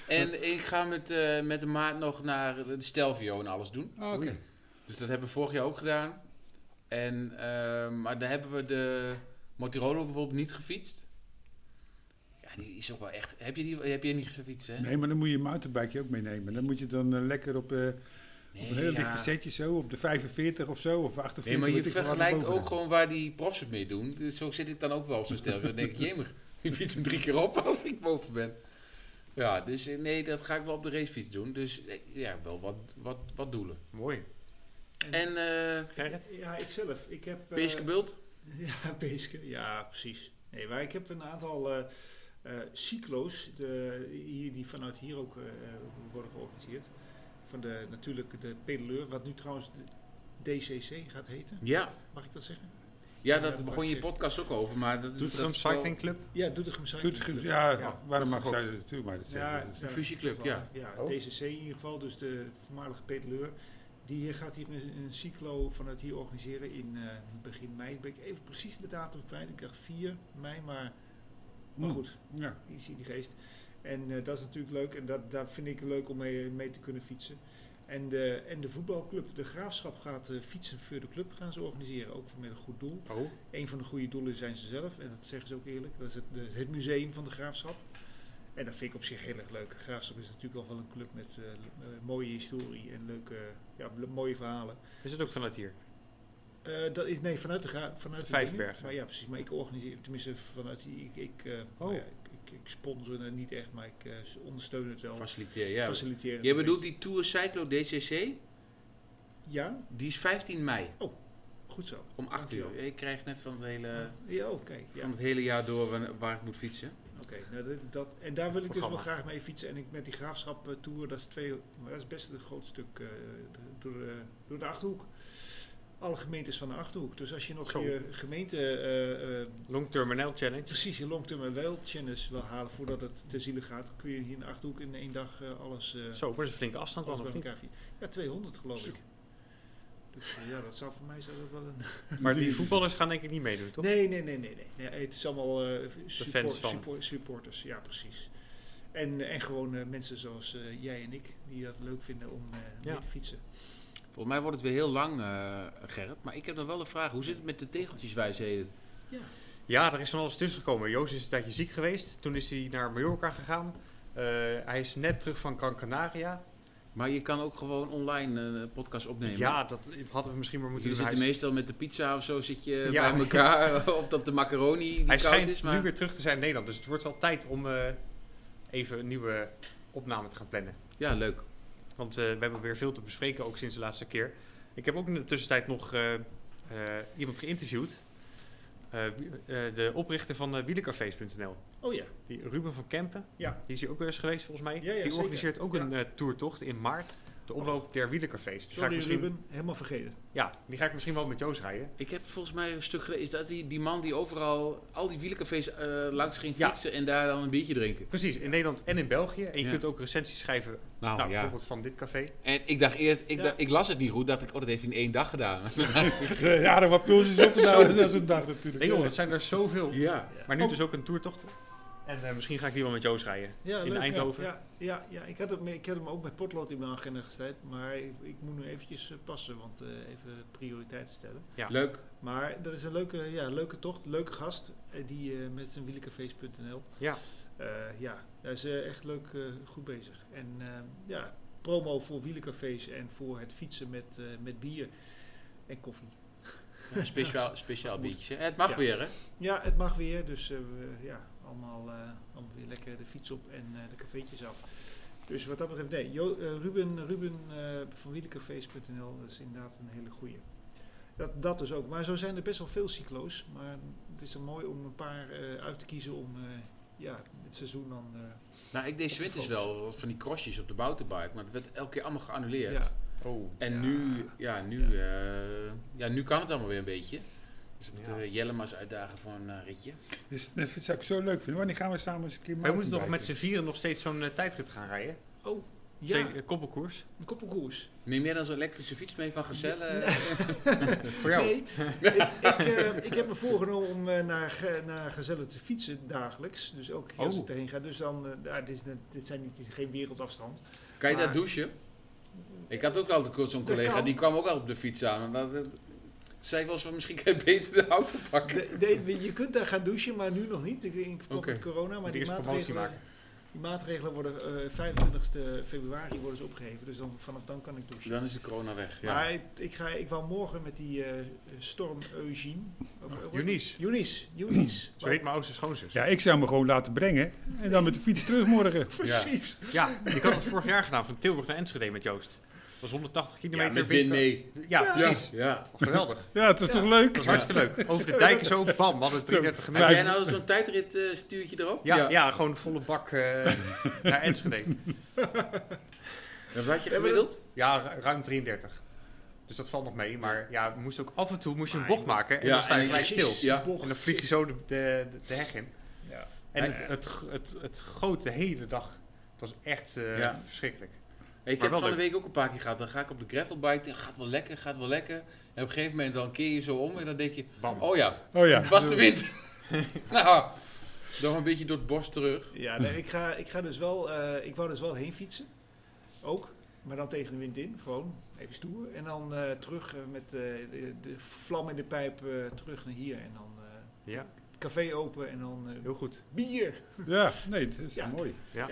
B: en ik ga met, eh, met de maat nog naar de Stelvio en alles doen.
D: Ah, Oké.
B: Dus dat hebben we vorig jaar ook gedaan. En, ehm, maar daar hebben we de Motirolo bijvoorbeeld niet gefietst. Ja, die is ook wel echt... Heb je die heb je niet gefietst, hè?
D: Nee, maar dan moet je je mountainbike ook meenemen. Dan moet je dan eh, lekker op, eh, op een heel
B: ja.
D: licht setje zo, op de 45 of zo, of 48.
B: Nee, maar je
D: weet ik veel waar,
B: vergelijkt
D: erboven.
B: ook gewoon waar die profs het mee doen. Dus zo zit ik dan ook wel op zo'n stel. Dan denk ik, jemig, ik fiets hem drie keer op als ik boven ben. Ja, dus eh, nee, dat ga ik wel op de racefiets doen. Dus eh, ja, wel wat, wat, wat doelen.
C: Mooi.
B: En eh
C: Gerrit?
E: Ja, ikzelf. Ik heb... eh,
B: Peeske Bult?
E: Ja, Peeske. Ja, precies. Nee, maar ik heb een aantal eh, eh, cyclo's de, hier, die vanuit hier ook eh, worden georganiseerd. Van de, natuurlijk de pedaleur, wat nu trouwens de DCC gaat heten.
B: Ja.
E: Mag ik dat zeggen?
B: Ja, dat begon je podcast ook over, maar dat is... dat
C: Doetinchem
B: is wel-
C: Cycling Club?
E: Ja, Doetinchem Cycling
D: Doet het-
E: Club.
D: Ja,
E: Ja,
D: waarom
C: dat is
D: mag zij
C: goed.
D: dat natuurlijk maar dat
E: Ja,
D: zeggen?
E: ja,
B: fusieclub,
E: in ieder
B: ja.
E: geval, Ja, DCC in ieder geval, dus de voormalige pedaleur. Die eh, gaat hier een, een cyclo vanuit hier organiseren in eh, begin mei. Ben ik even precies de datum kwijt. Ik dacht 4 mei, maar, maar
D: Hm.
E: goed.
D: Ja.
E: Die zie die geest. En eh, dat is natuurlijk leuk. En dat, dat vind ik leuk om mee, mee te kunnen fietsen. En de, en de voetbalclub, de Graafschap, gaat eh, fietsen voor de club gaan ze organiseren. Ook met een goed doel.
C: Oh.
E: Een van de goede doelen zijn ze zelf. En dat zeggen ze ook eerlijk. Dat is het, de- het museum van de Graafschap. En dat vind ik op zich heel erg leuk. Graafschap is natuurlijk al wel een club met eh, le- eh, mooie historie en leuke, ja, le- mooie verhalen.
C: Is het ook vanuit hier?
E: Eh, dat is, nee, vanuit de, gra- vanuit de
C: Vijfbergen.
E: dingen. Maar ja, precies. Maar ik organiseer, tenminste vanuit, die- ik, ik, eh,
B: Oh.
E: nou ja, ik, ik, ik sponsor het niet echt, maar ik eh, s- ondersteun het wel.
B: Faciliteer, ja.
E: Faciliteer het
B: Je
E: een
B: bedoelt die Tour Cyclo DCC?
E: beetje. Ja,
B: Die is 15 mei,
E: goed zo.
B: om 8 uur. Ik krijg net van het hele,
E: Ja, oké. ja.
B: Eh, van het hele jaar door waar- waar ik moet fietsen.
E: Oké, nou dat, dat, en daar wil ik dus wel
C: Programma.
E: graag mee fietsen. En ik met die graafschap eh, tour, dat is, twee, maar dat is best een groot stuk eh, d- door, de- door de achterhoek. Alle gemeentes van de achterhoek. Dus als je nog
C: Zo.
E: je gemeente eh, eh,
C: Long Term NL Challenge?
E: precies je long-term wel challenge wil halen voordat het te zielen gaat, kun je hier in de achterhoek in één dag eh, alles, eh,
C: Zo, maar dat is een flinke afstand
E: alles
C: dan,
E: bij
C: of niet?
E: elkaar fietsen. Ja, 200 geloof
C: Zo.
E: ik. Dus eh, ja, dat zou voor mij zou dat wel een
C: Maar die voetballers gaan denk ik niet meedoen, toch?
E: Nee, nee, nee, nee. nee. Ja, het is allemaal eh, support-
C: fans van.
E: support- supporters, ja, precies. En, en gewoon eh, mensen zoals eh, jij en ik, die dat leuk vinden om eh,
C: Ja.
E: mee te fietsen.
B: Volgens mij wordt het weer heel lang, eh, Gerrit. Maar ik heb nog wel een vraag. Hoe zit het met de tegeltjeswijsheden?
C: Ja, er is van alles tussen gekomen. Joost is een tijdje ziek geweest. Toen is hij naar Mallorca gegaan. Eh, hij is net terug van Gran Canaria.
B: Maar je kan ook gewoon online eh, een podcast opnemen.
C: ja, dat hadden we misschien maar moeten
B: Jullie
C: doen.
B: zitten
C: Hij, is-
B: meestal met de pizza of zo zit je
C: Ja.
B: bij elkaar. of dat de macaroni die
C: hij
B: koud
C: schijnt
B: is. Maar...
C: nu weer terug te zijn in Nederland. Dus het wordt wel tijd om eh, even een nieuwe opname te gaan plannen.
B: Ja, leuk.
C: Want eh, we hebben weer veel te bespreken, ook sinds de laatste keer. Ik heb ook in de tussentijd nog eh, eh, iemand geïnterviewd. eh, wie- eh, de oprichter van eh, wielencafés.nl.
E: Oh ja.
C: Die Ruben van Kempen,
E: Ja.
C: die is hier ook weer eens geweest volgens mij.
E: Ja, ja,
C: die
E: zeker.
C: organiseert ook
E: Ja.
C: een eh, toertocht in maart. De omloop der wielercafés. Die ga ik
E: Sorry
C: misschien,
E: Ruben, helemaal vergeten.
C: Ja, die ga ik misschien wel met Joost rijden.
B: Ik heb volgens mij een stuk gelezen. Is dat die, die man die overal al die wielencafés eh, langs ging
C: Ja.
B: fietsen en daar dan een biertje drinken?
C: Precies, in Nederland en in België. En je
B: Ja.
C: kunt ook recensies schrijven,
B: Nou,
C: nou,
B: ja.
C: bijvoorbeeld van dit café.
B: En ik dacht eerst, ik,
E: Ja.
B: dacht- ik las het niet goed, dacht ik, oh dat heeft hij in één dag gedaan.
D: Ja, er wat pulsjes op nou, gedaan na zo'n dag natuurlijk.
C: Nee joh, dat zijn er zoveel.
B: ja.
C: Maar nu dus ook een toertocht. En eh, misschien ga ik die wel met Joost rijden.
E: Ja,
C: In
E: leuk, ja.
C: Eindhoven.
E: Ja, ja, ja. Ik, had hem, ik had hem ook bij Potlood in mijn agenda gesteld, maar ik, ik moet nu eventjes eh, passen, want eh, even prioriteiten stellen.
C: Ja.
B: Leuk.
E: Maar dat is een leuke, ja, leuke tocht, leuke gast, eh, die eh, met zijn wielercafés.nl.
C: Ja.
E: Eh, ja, hij is eh, echt leuk, eh, goed bezig. En eh, ja, promo voor wielercafés en voor het fietsen met, eh, met bier en koffie.
B: Speciaal, speciaal biertje. Het mag
E: Ja.
B: weer, hè?
E: Ja, het mag weer. Dus eh, we- ja, allemaal, eh, allemaal weer lekker de fiets op en eh, de cafeetjes af. Dus wat dat betreft, nee. Jo- eh, Ruben, Ruben eh, van wielercafés.nl dat is inderdaad een hele goeie. Dat, dat dus ook. Maar zo zijn er best wel veel cyclo's. Maar het is dan mooi om een paar eh, uit te kiezen om eh, ja, het seizoen dan... eh,
B: Nou, ik deed
E: Op de
B: winters
E: foto.
B: wel wat van die crossjes op de bouterbike, maar het werd elke keer allemaal geannuleerd.
E: ja.
C: Oh.
B: En
E: Ja.
B: nu, ja, nu, eh, ja, nu kan het allemaal weer een beetje. Dus op
C: Ja.
B: de Jellema's uitdagen voor een eh, ritje.
D: Dus dat zou ik zo leuk vinden. Wanneer gaan we samen eens een keer
C: Wij moeten nog met
D: mountainbiken?
C: z'n vieren nog steeds zo'n eh, tijdrit gaan rijden.
E: ja,
C: Twee eh, koppelkoers.
E: een koppelkoers.
B: Neem jij dan zo'n elektrische fiets mee van Gezellen?
C: Voor jou.
E: Eh, Nee, ik, ik, eh, ik heb me voorgenomen om eh, naar, Ge- naar Gezellen te fietsen dagelijks. Dus elke keer als
C: Oh.
E: ik erheen ga. Dus dan, eh, nou, dit, is, dit zijn niet, dit is geen wereldafstand.
B: Kan je daar
E: Maar-
B: douchen? Ik had ook altijd zo'n
E: Dat
B: collega,
E: kan.
B: die kwam ook altijd op de fiets aan. En dat, dat- zei ik wel eens van, misschien kan je beter de auto pakken.
E: De- nee, je kunt daar gaan douchen, maar nu nog niet. Ik, ik verband
B: Oké.
E: met corona. Maar
C: Moet
E: die
C: eerst promotie
E: maatregelen,
C: maken.
E: die maatregelen worden eh 25 februari worden ze opgeheven. Dus dan, vanaf dan kan ik douchen.
B: Dan is de corona weg. Ja.
E: Maar ik, ik, ga, ik wou morgen met die eh, storm Eugene. of- of-
C: Ah, Eunice.
E: Eunice. Eunice.
C: Zo heet mijn oudste schoonzus.
D: Ja, ik zou me gewoon laten brengen. En dan met de fiets terug morgen.
E: Precies.
C: Ja, ik had het vorig jaar gedaan, van Tilburg naar Enschede met Joost. Dat was 180
B: ja,
C: kilometer.
B: met wind mee.
C: Ja, precies.
B: Ja. ja.
C: Geweldig. Dat
D: Ja, het is toch leuk?
C: was hartstikke leuk. Over de dijken zo, bam, we hadden 33
B: Heb
C: gemeten.
B: jij nou zo'n tijdrit eh, stuurtje erop?
C: Ja, ja. gewoon volle bak eh, naar Enschede.
B: En wat had je
E: Hebben we
B: gemiddeld?
C: Ja, ru- ruim 33. Dus dat valt nog mee. Maar ja, we moesten ook af en toe moest je een
E: Maar je
C: bocht maken en
B: Ja,
C: dan sta je
B: en
C: gelijk
B: dan-
C: stil.
B: Ja.
E: Bocht.
C: En dan vlieg je zo de, de, de- de heg in.
E: Ja.
C: En het, het, g- het, het goot de hele dag. Het was echt eh,
B: Ja.
C: verschrikkelijk.
B: Hey, ik heb
C: Maar wel
B: van de week ook een paar keer gehad. Dan ga ik op de gravelbike. En gaat wel lekker, gaat wel lekker. En op een gegeven moment dan keer je zo om. En dan denk je,
C: Bam.
B: oh ja,
D: Oh ja.
B: het was de wind. nou, nog een beetje door het bos terug.
E: Ja, nee, ik, ga, ik ga dus wel, eh, ik wou dus wel heen fietsen. Ook. Maar dan tegen de wind in, gewoon even stoer. En dan eh, terug eh, met eh, de, de vlam in de pijp eh, terug naar hier. En dan eh,
C: Ja,
E: café open en dan eh,
C: heel goed.
E: bier.
D: Ja, nee, dat is
E: Ja.
D: mooi.
C: Ja.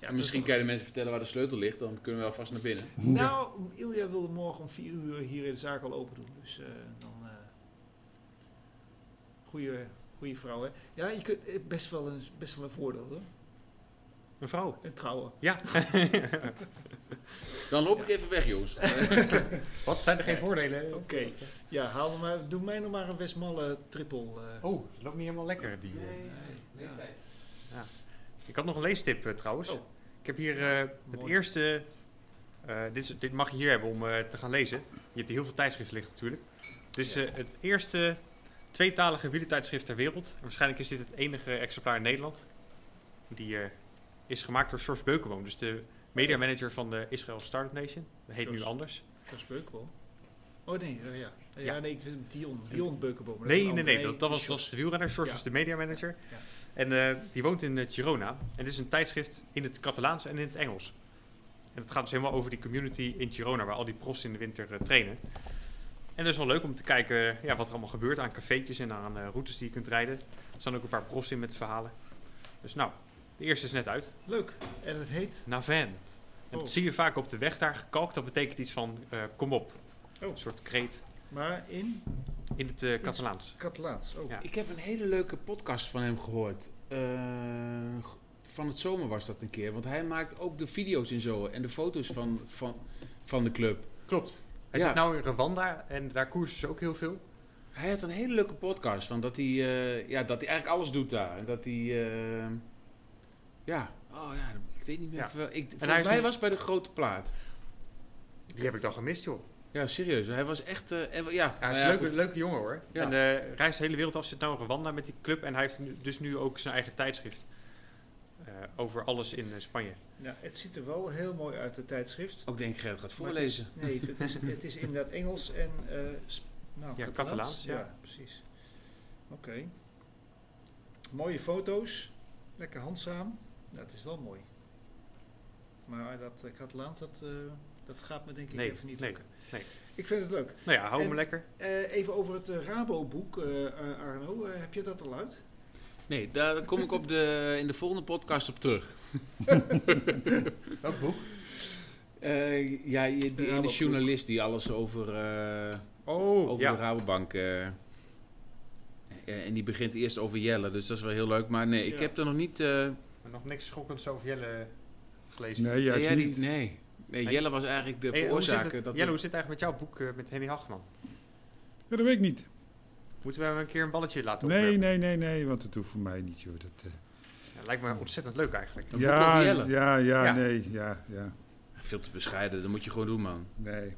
E: Ja,
B: en misschien kan je de mensen vertellen waar de sleutel ligt. Dan kunnen we alvast naar binnen.
E: Nou, Ilja wilde morgen om vier uur hier de zaak al open doen. Dus eh, dan. eh goeie, goeie vrouw, hè? Ja, je kunt, eh, best, wel een, best wel een voordeel hoor.
C: Mevrouw.
E: Een trouwen.
C: Ja.
B: Dan loop ik even weg, jongens.
C: Wat? Zijn er geen voordelen?
E: Oké. Ja, haal me maar, doe mij nog maar een Westmalle triple. eh.
C: Oh, het loopt niet helemaal lekker. Die, eh.
E: nee,
B: Ja.
C: Ik had nog een leestip eh, trouwens.
E: Oh.
C: Ik heb hier eh, het
E: Mooi.
C: eerste. eh, dit, is- dit mag je hier hebben om eh, te gaan lezen. Je hebt hier heel veel tijdschriften liggen natuurlijk. Dit is eh, het eerste tweetalige wielertijdschrift ter wereld. En waarschijnlijk is dit het enige exemplaar in Nederland. Die eh, is gemaakt door Sjors Beukenboom. Dus de mediamanager van de Israël Startup Nation. Dat heet nu
E: Sjors.
C: anders.
E: Dat is leuk wel. Oh nee, eh, ja. Eh,
C: Ja.
E: Ja, nee, ik vind Dion, Dion Beukenboom. dat is
C: Nee,
E: een
C: nee,
E: ander.
C: nee. Dat, dat,
E: die
C: was, dat
E: short.
C: was de wielrenner. Sjors
E: Ja.
C: was de mediamanager.
E: Ja.
C: En eh, die woont in eh, Girona. En dit is een tijdschrift in het Catalaans en in het Engels. En het gaat dus helemaal over die community in Girona, waar al die profs in de winter eh, trainen. En dat is wel leuk om te kijken eh, ja, wat er allemaal gebeurt aan cafeetjes en aan eh, routes die je kunt rijden. Er staan ook een paar profs in met verhalen. Dus nou, de eerste is net uit.
E: Leuk. En het heet.
C: Navan. En
E: Oh.
C: dat zie je vaak op de weg daar gekalkt. Dat betekent iets van eh, kom op.
E: Oh.
C: Een soort kreet
E: Maar in
C: in het eh, Catalaans.
E: Catalaans. Oh.
C: Ja.
B: Ik heb een hele leuke podcast van hem gehoord. Eh, g- van het zomer was dat een keer. Want hij maakt ook de video's en zo. En de foto's van, van, van de club.
C: Klopt. Hij
B: Ja.
C: zit nou in Rwanda en daar koersen ze ook heel veel.
B: Hij had een hele leuke podcast. Van dat, hij, eh, ja, dat hij eigenlijk alles doet daar. En dat hij. eh, ja, oh ja, ik weet niet meer.
C: Ja.
B: of wel- Ik, volgens
C: hij
B: mij
C: is
B: was
C: een-
B: bij de grote plaat.
C: Die heb ik dan gemist, joh.
B: Ja, serieus. Hij was echt. eh, en- ja,
C: Ja,
B: nou
C: hij is
B: ja,
C: een leuke,
B: goed.
C: leuke jongen hoor.
B: Ja.
C: En eh, reist de hele wereld af, zit nou in Rwanda met die club. En hij heeft nu- dus nu ook zijn eigen tijdschrift eh, over alles in eh, Spanje.
E: Nou, het ziet er wel heel mooi uit, de tijdschrift.
B: Ook denk ik, Gerrit gaat voorlezen.
E: Nee, het is, het is inderdaad Engels en... eh, Sp- nou,
C: Ja, Catalaans, ja.
E: precies. Oké. Mooie foto's. Lekker handzaam. Nou, het is wel mooi. Maar dat eh, Catalaans, dat, eh, dat gaat me denk ik
C: Nee,
E: even niet
C: nee,
E: lukken.
C: nee.
E: Ik vind het leuk.
C: Nou ja, hou
E: En-
C: hem lekker.
E: Eh, even over het eh, Rabo-boek, eh, eh, Arno. eh, heb je dat al uit?
B: Nee, daar kom ik op de, in de volgende podcast op terug.
E: Welk boek?
B: Eh, ja, je- die ene
E: Rabobank.
B: journalist die alles over, eh,
C: Oh,
B: over
C: ja.
B: de Rabobank. eh, eh, en die begint eerst over Jelle, dus dat is wel heel leuk. Maar nee, ik
E: Ja.
B: heb er nog niet. eh,
C: Maar nog niks schokkends over Jelle eh, gelezen.
D: Nee, juist
B: nee, ja, die-
D: niet.
B: nee. Nee,
C: Nee.
B: Jelle was eigenlijk de
C: Hey, hoe zit
B: veroorzaker.
C: het-
B: Dat
C: Jelle, hoe zit het eigenlijk met jouw boek eh, met Henny Hagman?
D: Ja, dat weet ik niet.
C: Moeten we hem een keer een balletje laten
D: Nee,
C: opwerpen?
D: nee, nee, nee, want dat hoeft voor mij niet, joh. Dat, eh,
C: Ja, lijkt me ontzettend leuk eigenlijk.
B: Dat moet
D: ja,
B: over Jelle.
D: ja, ja,
C: Ja.
D: nee, ja, ja,
B: Veel te bescheiden, dat moet je gewoon doen, man.
D: nee.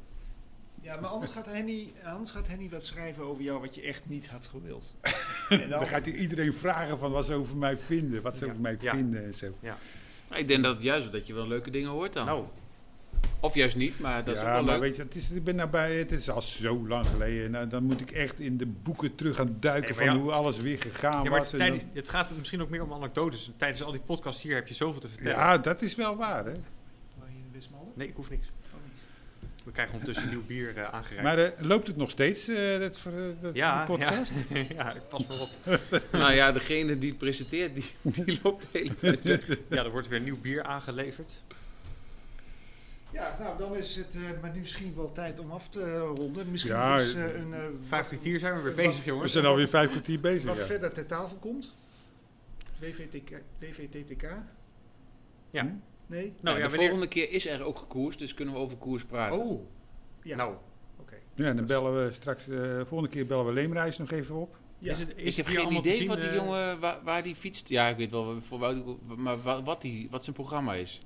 E: Ja, maar anders gaat, Henny, anders gaat Henny wat schrijven over jou wat je echt niet had gewild. En dan,
D: Dan gaat hij iedereen vragen van wat ze over mij vinden, wat ze
E: Ja.
D: over mij
C: Ja.
D: vinden en zo.
B: Maar Nou, ik denk dat het juist dat je wel leuke dingen hoort dan.
C: Nou,
B: Of juist niet, maar dat is
D: ja,
B: ook wel
D: maar
B: leuk.
D: weet je, het is, ik ben nabij, het is al zo lang geleden. Nou, dan moet ik echt in de boeken terug gaan duiken
C: Nee, maar
D: van
C: ja.
D: hoe alles weer gegaan
C: ja, maar
D: was. en
C: tijdens-
D: dan-
C: het gaat misschien ook meer om anekdotes. Tijdens al die podcasts hier heb je zoveel te vertellen.
D: ja, dat is wel waar, hè.
E: Wou je in Westmalle?
C: Nee, ik hoef niks.
E: Oh,
C: We krijgen ondertussen nieuw bier eh, aangereikt.
D: Maar eh, loopt het nog steeds, eh dat, ver- eh, dat,
C: ja,
D: die podcast?
C: Ja, ja, ik pas maar op.
B: Nou ja, degene die presenteert, die, die loopt de hele tijd weg.
C: Ja, er wordt weer nieuw bier aangeleverd.
E: Ja, nou dan is het eh, maar nu misschien wel tijd om af te ronden. Misschien
D: Ja,
E: is eh, een... eh,
C: Vijf
E: wat,
C: kwartier zijn we weer
E: Wat-
C: bezig,
D: We
C: jongens.
D: zijn alweer vijf kwartier bezig,
E: wat
D: ja.
E: verder ter tafel komt. WVTK? WVTTK?
C: Ja.
D: Hm?
E: Nee?
B: Nou,
C: Nou, ja,
B: de
C: wanneer...
B: volgende keer is er ook gekoers, dus kunnen we over koers praten.
C: Oh,
E: Ja.
C: nou.
E: Oké.
D: Ja, dan bellen we straks, eh, volgende keer bellen we Leemreis nog even op.
E: Ja.
C: Is het, is
B: ik
C: het
B: heb
C: hier
B: geen
C: allemaal te
B: idee
C: zien,
B: wat die
C: eh,
B: jongen, waar, waar die fietst. Ja, ik weet wel, voor, Wouter- maar wa- wat, die, wat zijn programma is.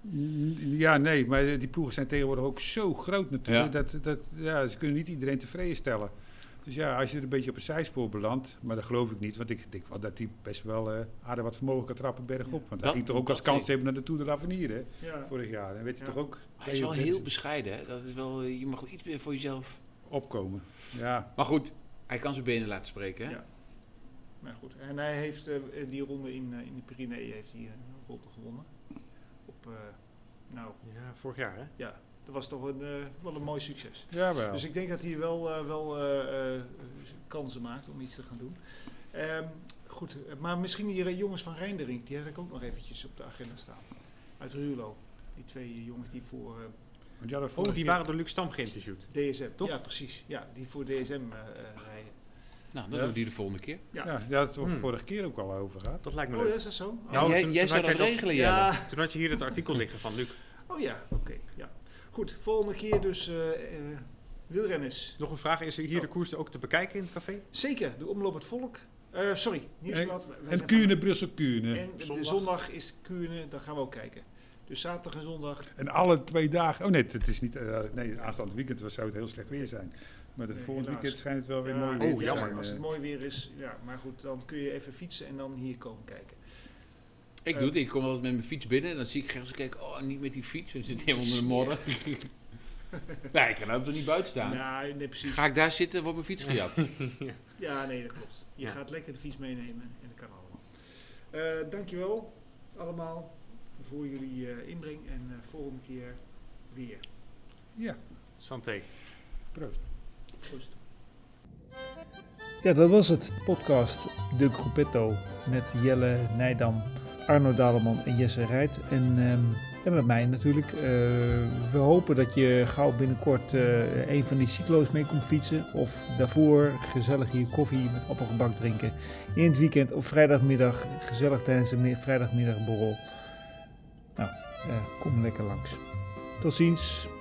D: Mm, Ja, nee, maar die ploegen zijn tegenwoordig ook zo groot natuurlijk.
B: Ja.
D: Dat, dat, ja, ze kunnen niet iedereen tevreden stellen. Dus ja, als je er een beetje op een zijspoor belandt, maar dat geloof ik niet, want ik denk wel dat hij best wel eh aardig wat vermogen kan trappen bergop. Want
B: Dat-
D: hij ging toch ook als
B: dat
D: kans hebben naar de Tour de L'Avenir hè,
E: Ja.
D: vorig jaar. En weet je
E: Ja.
D: toch ook
B: Hij is wel
D: twee-
B: heel bescheiden, hè? Dat is wel, eh, je mag wel iets meer voor jezelf.
D: opkomen. Ja,
B: Maar goed, hij kan zijn benen laten spreken, hè?
E: Ja. Maar goed, en hij heeft eh, die ronde in, eh, in de Pyreneeën heeft hij eh, een ronde gewonnen. Op, eh, nou
C: Ja, vorig jaar, hè?
E: ja, dat was toch een, eh, wel een mooi succes.
D: jawel.
E: Dus ik denk dat hij wel, eh, wel eh, eh, kansen maakt om iets te gaan doen. Ehm, goed, eh, maar misschien die eh, jongens van Reinderink, die had ik ook nog eventjes op de agenda staan. Uit Ruurlo, die twee eh, jongens die voor eh,
D: Want ja,
C: Oh, die waren door Luc Stam geïnterviewd.
E: DSM,
C: Toch?
E: Ja, precies. Ja, die voor DSM eh, eh, rijden.
B: Nou, dat
D: Ja.
B: doen we die de volgende keer.
E: ja.
D: Ja, ja, dat we
C: Hmm.
D: vorige keer ook al over gehad.
C: Dat lijkt me
E: Oh ja,
C: leuk.
E: is dat zo? Oh,
C: Nou,
B: jij
C: toen-
B: jij
C: toen
B: zou
C: had
B: dat
C: jij dat-
B: regelen, Jelle.
E: ja.
C: Toen had je hier het artikel liggen van Luc.
E: Oh ja, oké. ja. Goed, volgende keer dus eh, eh, wielrenners.
C: Nog een vraag, is er hier
E: Oh.
C: de koers ook te bekijken in het café?
E: Zeker, de omloop het volk. Eh, sorry, nieuwsblad. Wij- wij
D: En
E: zijn
D: Kuurne, Brussel-Kuurne. En,
E: En de
C: zondag.
E: zondag is Kuurne, dan gaan we ook kijken. Dus zaterdag en zondag.
D: alle twee dagen. Oh nee, het is niet. eh, nee, aanstaand weekend was, zou het heel slecht weer zijn. Maar het
E: Nee,
D: volgende
E: helaas.
D: weekend schijnt het wel weer
E: Ja,
D: mooi
E: dit
D: weer
E: is-
C: oh,
D: te
C: jammer.
D: zijn,
E: Als
D: eh.
E: het mooi weer is, ja, maar goed, dan kun je even fietsen en dan hier komen kijken.
B: Ik doe het, ik kom altijd met mijn fiets binnen en dan zie ik rechts en kijk, oh, niet met die fiets, we zitten helemaal onder de modder. nee, ik kan ook toch niet buiten staan.
E: Nou, nee, precies.
B: Ga ik daar zitten, wordt mijn fiets gejat.
E: Ja, nee, dat klopt. Je
C: Ja.
E: gaat lekker de fiets meenemen en dat kan allemaal. Eh, dankjewel allemaal voor jullie eh, inbreng en eh, volgende keer weer.
D: Ja,
C: Santé.
D: proost.
E: Proost.
A: Ja, dat was het. Podcast De Gruppetto met Jelle Nijdam, Arno Daleman en Jesse Rijt. En, ehm, en met mij natuurlijk. Eh, we hopen dat je gauw binnenkort eh, een van die cyclo's mee komt fietsen. Of daarvoor gezellig hier koffie met appelgebak drinken. In het weekend of vrijdagmiddag. Gezellig tijdens een vrijdagmiddagborrel. Nou, eh, kom lekker langs. Tot ziens.